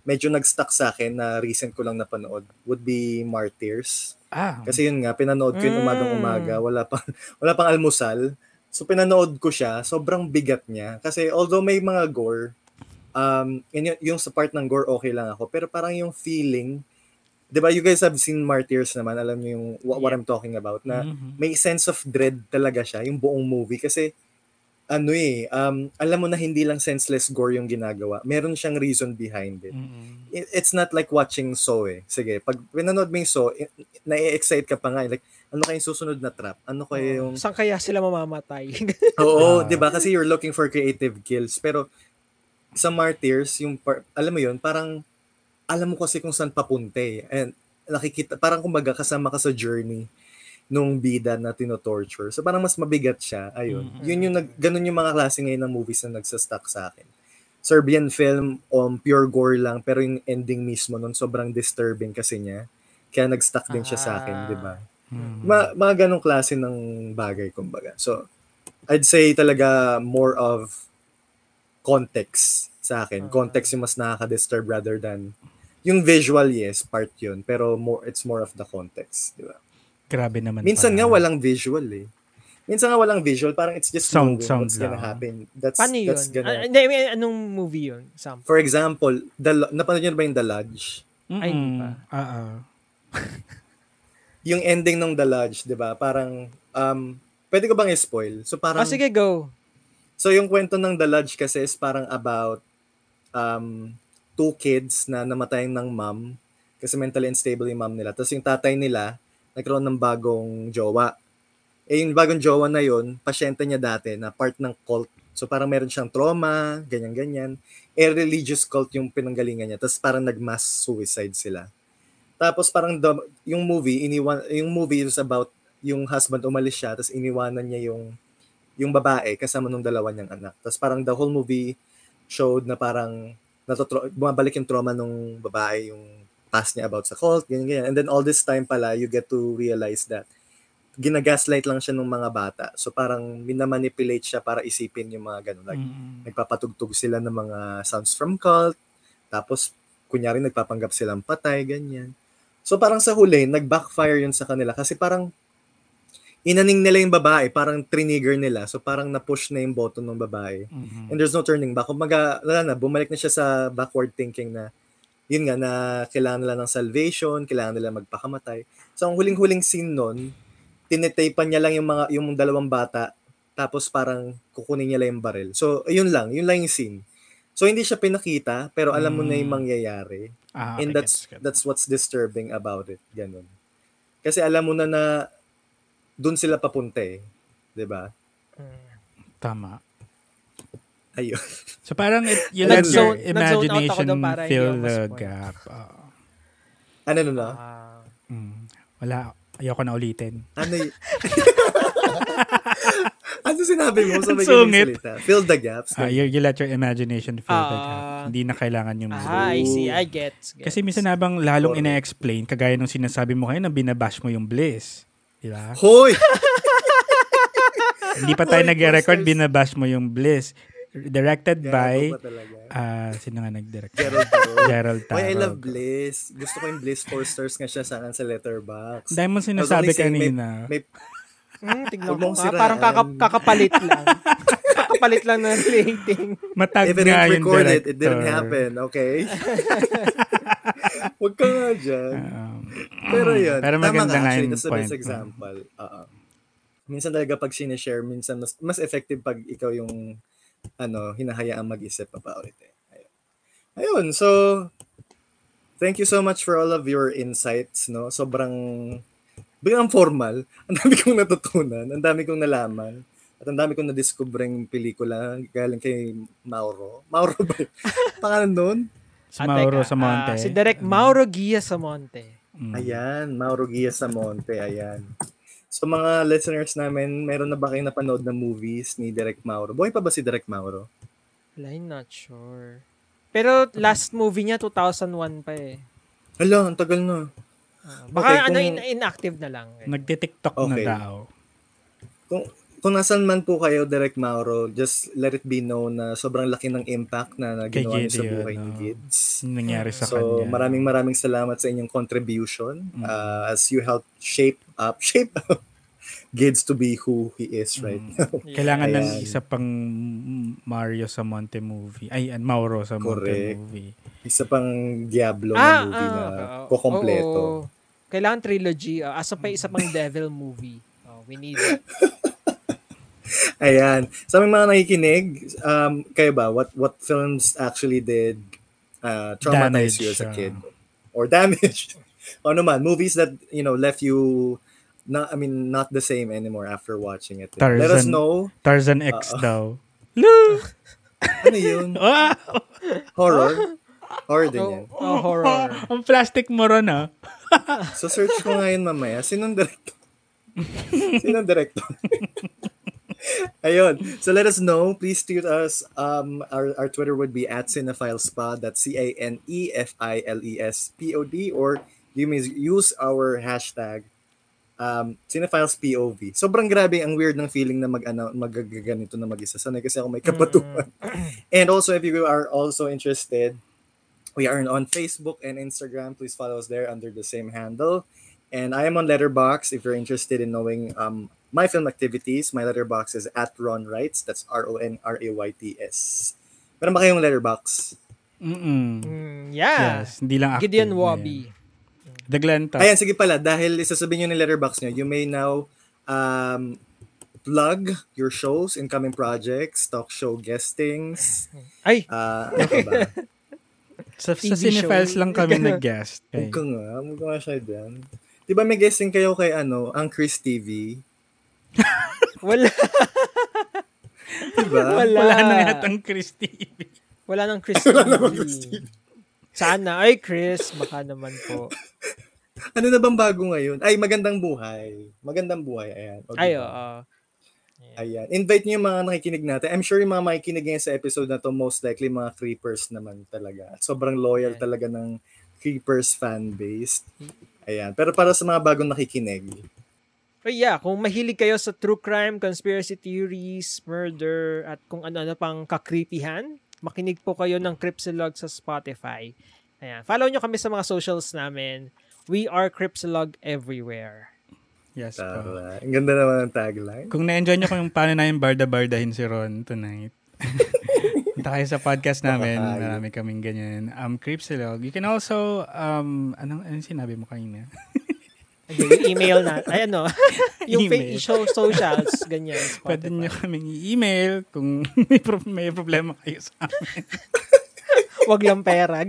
medyo nag-stuck sa akin na recent ko lang napanood would be Martyrs.
Ah,
Kasi yun nga, pinanood ko yun umagang-umaga. Wala pang, *laughs* wala pang almusal. So pinanood ko siya, sobrang bigat niya. Kasi although may mga gore, um, yun, yun- yung sa part ng gore okay lang ako. Pero parang yung feeling, di ba you guys have seen Martyrs naman, alam niyo yung wha- what, I'm talking about, na
Mhm.
may sense of dread talaga siya, yung buong movie. Kasi ano eh, um, alam mo na hindi lang senseless gore yung ginagawa. Meron siyang reason behind it
Mm-mm.
it- it's not like watching Saw eh. Sige, pag pinanood mo yung Saw, i- na-excite ka pa nga. eh. Like, ano kaya yung susunod na trap? Ano kaya yung...
Saan kaya sila mamamatay?
Oo,
Ah.
di ba? Kasi you're looking for creative kills. Pero sa Martyrs, yung par- alam mo yun, parang alam mo kasi kung saan papunta eh. And nakikita, parang kumbaga kasama ka sa journey nung bida na tinotorture. So parang mas mabigat siya. Ayun.
Mm.
Yun yung nag, ganun yung mga klase ngayon ng movies na nagsastock sa akin. Serbian film, um, pure gore lang, pero yung ending mismo nun sobrang disturbing kasi niya. Kaya nagstuck din siya sa akin, diba?
Ah.
di ba?
Mhm.
Ma- mga ganong klase ng bagay, kumbaga. So, I'd say talaga more of context
Mm-hmm.
sa akin. Context yung mas nakaka-disturb rather than yung visual, yes, part yun. Pero more, it's more of the context, di ba?
Grabe naman.
Minsan
pala.
nga walang visual eh. Minsan nga walang visual, parang it's just
Sound-
knowing
sound
what's gonna
lang.
happen. That's,
*laughs* Paano yun?
that's
Ah,
gonna...
Hindi, I mean, anong movie yun? Sam?
For example, the, Lo- napanood nyo na ba yung The Lodge?
Ay, hindi
Mm-mm.
pa.
Ah, ah.
Yung ending ng The Lodge, di ba? Parang, um, pwede ko bang spoil? So parang...
Ah, sige, go.
So yung kwento ng The Lodge kasi is parang about um, two kids na namatay ng mom kasi mentally unstable yung mom nila. Tapos yung tatay nila, nagkaroon ng bagong jowa. Eh yung bagong jowa na yun, pasyente niya dati na part ng cult. So parang meron siyang trauma, ganyan-ganyan. Eh religious cult yung pinanggalingan niya. Tapos parang nag-mass suicide sila. Tapos parang the- yung movie, iniwan, yung movie is about yung husband umalis siya, tapos iniwanan niya yung yung babae kasama nung dalawa niyang anak. Tapos parang the whole movie showed na parang natotro- bumabalik yung trauma nung babae, yung past niya about sa cult, ganyan, ganyan. And then all this time pala, you get to realize that ginagaslight lang siya ng mga bata. So parang minamanipulate siya para isipin yung mga ganun. Like,
Mm-mm.
nagpapatugtog sila ng mga sounds from cult. Tapos, kunyari, nagpapanggap silang patay, ganyan. So, parang sa huli, nag-backfire yun sa kanila kasi parang inaning nila yung babae, parang trinigger nila. So, parang na-push na yung button ng babae.
Mhm.
And there's no turning back. Kung maga, wala na, bumalik na siya sa backward thinking na yun nga, na kailangan nila ng salvation, kailangan nila magpakamatay. So, ang huling-huling scene nun, tinitaypan niya lang yung mga yung dalawang bata tapos parang kukunin niya lang yung baril. So, yun lang. Yun lang yung scene. So, hindi siya pinakita, pero alam mo na yung
Mm.
mangyayari.
Ah,
And
okay,
that's
gets, gets.
that's what's disturbing about it. Ganun. Kasi alam mo na na doon sila papunta eh. 'Di ba?
Tama.
Ayun. *laughs*
So parang it, you let
Nag-zone-
nag-zone
your
out ako
imagination
doon para hindi
fill
ako
the
ma-spoil.
gap. Ah, Oo.
Ano na na?
Ah.
Mm. Wala. Ayoko na ulitin.
Ano y- *laughs* Ano sinabi mo?
Ang
Sabay
sungit.
ganyan salita. Fill the gaps.
Ah, you, you let your imagination fill the gap.
Ah.
Hindi na kailangan yung
Ah, I see. I get. get.
Kasi minsan habang lalong
Correct.
ina-explain, kagaya nung sinasabi mo kayo na binabash mo yung bliss. Di ba?
Hoy!
Hindi pa tayo
Hoy,
nag-record,
posters.
binabash mo yung bliss. Directed by,
Gago pa talaga.
ah sino nga nag-direct? *laughs*
Gerald Taro.
Gerald Taro.
Hoy, I love Bliss. Gusto ko yung Bliss 4 stars nga siya sa akin sa letterbox.
Dahil mo sinasabi kanina.
May,
Hmm, tignan
Huwag
ko
mong
nga. Parang kaka-
siraan.
kakapalit lang. *laughs* kakapalit lang ng rating.
Matag
if it
nga
didn't
yung
record
director.
it, it didn't happen.
*laughs*
Okay? Huwag ka nga dyan.
Um,
Pero yun,
Pero
tama
maganda
ka
nga
actually.
yung
That's the
point
best
mo.
example. Oo. Minsan talaga pag sinishare, minsan mas, mas effective pag ikaw yung ano, hinahayaan mag-isip about it. Eh. Ayun. Ayun, so thank you so much for all of your insights, no? Sobrang biglang formal. *laughs* Ang dami kong natutunan, ang dami kong nalaman. At ang dami kong
*laughs*
nadiskubreng pelikula galing kay Mauro. Mauro ba? yun? Pangalan nun?
*laughs* Si Mauro
teka,
Samonte.
ah, si Direk
Mm.
Mauro Gia Samonte.
Mm.
Ayan, Mauro Gia Samonte, ayan. So mga listeners namin, meron na ba kayong napanood na movies ni Direk Mauro? Boy pa ba si Direk Mauro?
Wala, I'm not sure. Pero last movie niya, 2001 pa eh.
Hala, ang tagal na.
Ah, baka
Okay,
ano,
kung-
in- inactive na lang. Eh.
Nagtitiktok na
Okay.
daw.
Kung, kung nasan man po kayo, Direk Mauro, just let it be known na sobrang laki ng impact na
Kay
ginawa niyo sa
Gideon,
buhay ni
oh.
Gids.
Yung nangyari sa
so,
kanya. Mm.
maraming maraming salamat sa inyong contribution uh, as you help shape up, *laughs* shape up Gids to be who he is right
Mm.
now.
Kailangan ng
Ayan.
isa pang mm, Mario Samonte movie. Ay, and Mauro Samonte
Correct.
movie.
Isa pang Diablo
Ah,
na movie na
oo.
kukompleto.
Oo, oo. Kailangan trilogy. ah, asa pa isa
*laughs*
pang devil movie. Oh, we need it.
Ayan. Sa aming mga nakikinig, um, kayo ba, what what films actually did uh,
Damage
traumatize
ah.
you as a
siya.
kid? Or damage? *laughs* o ano man, movies that, you know, left you, not, I mean, not the same anymore after watching it. Let us
Tarzan.
know.
Tarzan X
*laughs*
daw.
Ano yun?
Ah!
Horror? Horror
*laughs*
din yan.
Oh, oh, horror.
Ang plastic moron ah.
So search ko ngayon mamaya, sinong director? sinong director? Ayun. So let us know. Please tweet us. Um, our, our Twitter would be at CinephileSpod. That's E C-A-N-E-F-I-L-E-S-P-O-D. Or you may use our hashtag um, CinephileSPOV. Sobrang grabe ang weird ng feeling na mag ano, magaganito na mag-isa. Sanay kasi ako may kapatuhan. And also, if you are also interested, we are on Facebook and Instagram. Please follow us there under the same handle. And I am on Letterbox. If you're interested in knowing um, my film activities, my Letterbox is at Ron Wrights. That's R O N R A Y T S. Meron ba kayong Letterbox?
Mm-mm.
Mm, yeah.
Yes, hindi lang active.
Gideon
na
Wabi.
yan. Daglanta.
Ayan, sige pala. Dahil isasabihin nyo ng Letterbox nyo, you may now um, plug your shows, incoming projects, talk show guestings.
Ay,
Uh, ano pa ba?
Sa, sa
TV
Cinefiles
show.
lang kami nag-guest. Okay.
Huwag ka nga. Huwag ka nga siya dyan. Di ba may guesting kayo kay ano, ang Chris TV?
wala.
Di ba?
*laughs* Wala.
Wala na yatang Chris TV.
Wala *laughs* nang Chris movie. Sana. Ay, Chris, baka naman *laughs* po.
Ano na bang bago ngayon? Ay, magandang buhay. Magandang buhay. Ayan. O,
Ay,
diba?
oo.
Ayan. Invite niyo yung mga nakikinig natin. I'm sure yung mga makikinig ngayon sa episode na to, most likely mga creepers naman talaga. At sobrang loyal
Ayan.
talaga ng creepers fan base. Ayan. Pero para sa mga bagong nakikinig,
But yeah, kung mahilig kayo sa true crime, conspiracy theories, murder, at kung ano-ano pang kakripihan, makinig po kayo ng Cripsilog sa Spotify. Ayan. Follow nyo kami sa mga socials namin. We are Cripsilog everywhere.
Yes. po.
tara. Ang ganda naman ng tagline.
Kung na-enjoy nyo kung paano namin barda-bardahin si Ron tonight, punta kayo sa podcast namin.
Napakaayos.
Marami kaming ganyan. Um, Cripsilog. You can also, um, anong, anong sinabi mo kanina?
Ayun, yung email na. Ay, ano? *laughs* yung fa-
Email.
show socials,
*laughs*
ganyan.
Pwede nyo
Spotify.
kaming i-email kung *laughs* may, pro- may problema kayo sa amin.
Wag lang pera.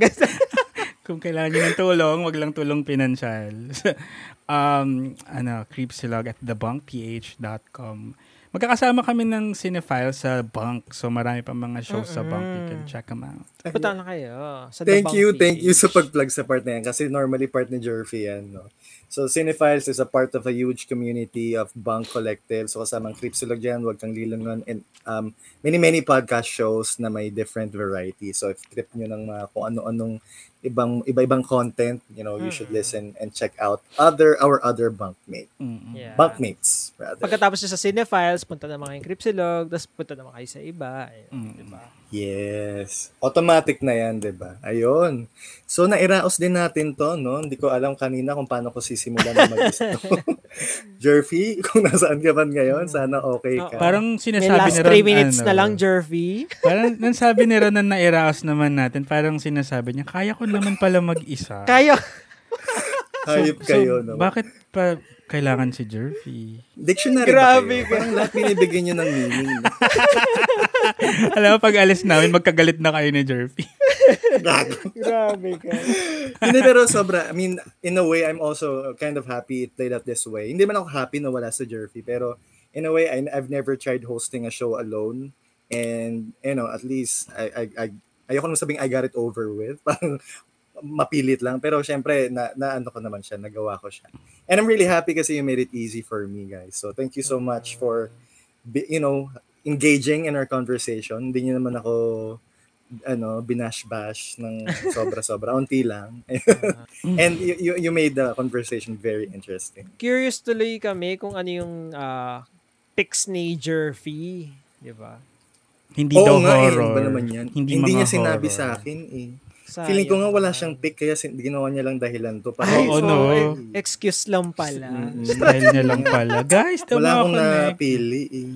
*laughs*
kung kailangan nyo ng tulong, wag lang tulong pinansyal. *laughs* um, ano, creepsilog at thebunkph.com. Magkakasama kami ng cinephile sa Bunk. So marami pa mga shows sa Bunk. You can check them out.
Punta na kayo. Sa The
Thank
Bunk
you, thank you
PH.
sa pag-plug sa part na yan kasi normally part ni Jerfy yan, no? So, Cinephiles is a part of a huge community of bunk collective. So, kasama ang Cripsilog dyan, Huwag Kang Lilungan, and um, many, many podcast shows na may different variety. So, if trip nyo ng mga kung ano-anong ibang, iba-ibang content, you know, you should listen and check out other, our other bunkmate,
Mm-mm.
Yeah.
bunkmates, rather.
Pagkatapos nyo sa Cinephiles, punta naman kayo Cripsilog, tapos punta naman kayo sa iba. Ayun,
Mm.
diba?
Yes. Automatic na yan, di ba? Ayun. So, nairaos din natin to, no? Hindi ko alam kanina kung paano ko sisimulan na mag-isa to. Jerfy, kung nasaan ka man ngayon, sana okay ka.
Oo.
Parang
May
sinasabi
last
ni Ron,
3 minutes
ano,
na lang, Jervy. *laughs*
parang nasabi ni Ron na nairaos naman natin, parang sinasabi niya, kaya ko naman pala mag-isa.
Kayo.
Hayop kayo, no?
Bakit pa kailangan si Jervy? *laughs*
Dictionary
Grabe
ba kayo? Parang lahat binibigyan nyo ng meaning.
Alam mo, pag alis namin, magkagalit na kayo ni Jervy.
Gago.
Grabe ka.
Hindi, pero sobra. I mean, in a way, I'm also kind of happy it played out this way. Hindi man ako happy na wala sa Jerfy, pero in a way, I, I've never tried hosting a show alone. And, you know, at least I, I, I ayoko nung sabing I got it over with. *laughs* Parang mapilit lang. Pero syempre, na, na ano ko naman siya, nagawa ko siya. And I'm really happy kasi you made it easy for me, guys. So thank you so much for, bi- you know, engaging in our conversation. Hindi niyo naman ako ano, binash-bash ng sobra-sobra. Unti lang. And you, you, you made the conversation very interesting.
Curious tuloy kami kung ano yung ah, Pixnager fee. Di ba?
Hindi
Oo
daw
nga, eh, ano
horror.
ba naman yan? Hindi,
mga
niya sinabi
horror.
sa akin eh.
Sayang.
Feeling ko nga wala siyang pick kaya sin- ginawa niya lang dahilan to. Para
Ay,
Oo,
so,
no.
eh, excuse lang pala.
Mm-mm.
Dahil niya lang
*laughs*
pala. Guys,
Wala
tama ako
akong
na.
napili eh.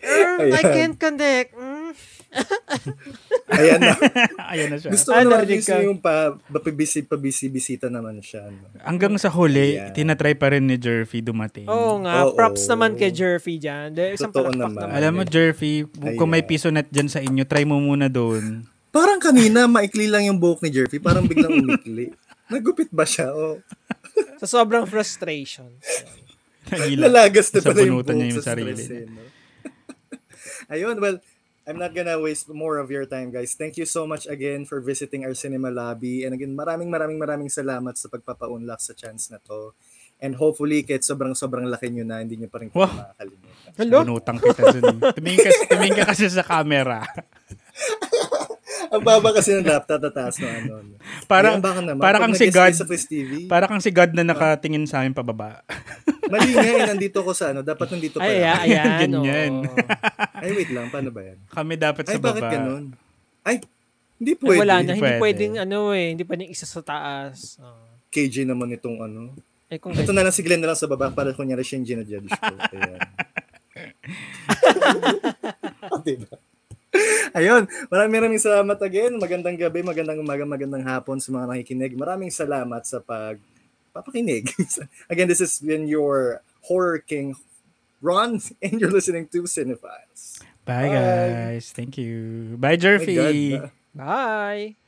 Er, I
Ayan.
can't connect. Mm.
Ayan
*laughs*
na.
*laughs* Ayan na siya.
Gusto ko
Ah,
naman
narinig
gusto
ka.
yung pa, papibisi, pabisi-bisita naman siya. No?
Hanggang sa huli,
Yeah.
tinatry pa rin ni Jerfy dumating.
Oo nga,
Oo.
props naman kay Jerfy dyan. Dahil Isang
Totoo
palakpak
naman.
naman.
Alam mo, Jerfy, kung may piso net dyan sa inyo, try mo muna
*laughs*
doon.
Parang kanina, maikli lang yung buhok ni Jerfy. Parang biglang
*laughs*
umikli. Nagupit ba siya? O,
Sa sobrang frustration.
Nagila.
lalagas na
Sa
pala yung
bunutan
buhok
niya yung
sa
sarili
sarili.
niya.
Stress, eh, no? *laughs* Ayun, well, I'm not gonna waste more of your time, guys. Thank you so much again for visiting our cinema lobby. And again, maraming maraming maraming salamat sa pagpapaunlak sa chance na to. And hopefully, kahit sobrang-sobrang laki nyo na, hindi nyo pa rin
Wow.
wow. makakalimutan. *laughs*
Hello?
Binutang kita dun. eh. Tumingin ka, tumingin ka kasi sa camera. *laughs*
Ang baba kasi ng laptop, tataas na ano. no?
Parang,
Ayan, baka naman.
parang
Pag
kang si
nag-guest
God.
kayo Sa Chris TV,
Parang kang si God
Ah.
na nakatingin sa amin pababa. *laughs*
mali nga, eh, nandito ko sa ano. Dapat nandito pala.
Ay, ayan,
Ay,
ayan.
*laughs* Ganyan.
oo.
wait lang. Paano ba yan?
Kami dapat
Ay,
sa
bakit
baba.
ganun? Ay, hindi
Ay,
pwede.
wala na, hindi
Pwede.
pwedeng ano eh, hindi pwedeng isa sa taas. Oo.
KJ naman itong ano.
eh kung
Ito na lang si Glenn na lang sa baba para kunyari siya yung ginajudge ko. *laughs* Ayan. Oh, diba? Ayun, maraming maraming salamat again. Magandang gabi, magandang umaga, magandang hapon sa mga nakikinig. Maraming salamat sa pag papakinig. *laughs* again, this has been your horror king, Ron, and you're listening to Cinephiles.
Bye,
Bye.
guys. Thank you. Bye,
My God,
Jerfy.
ah.
Bye!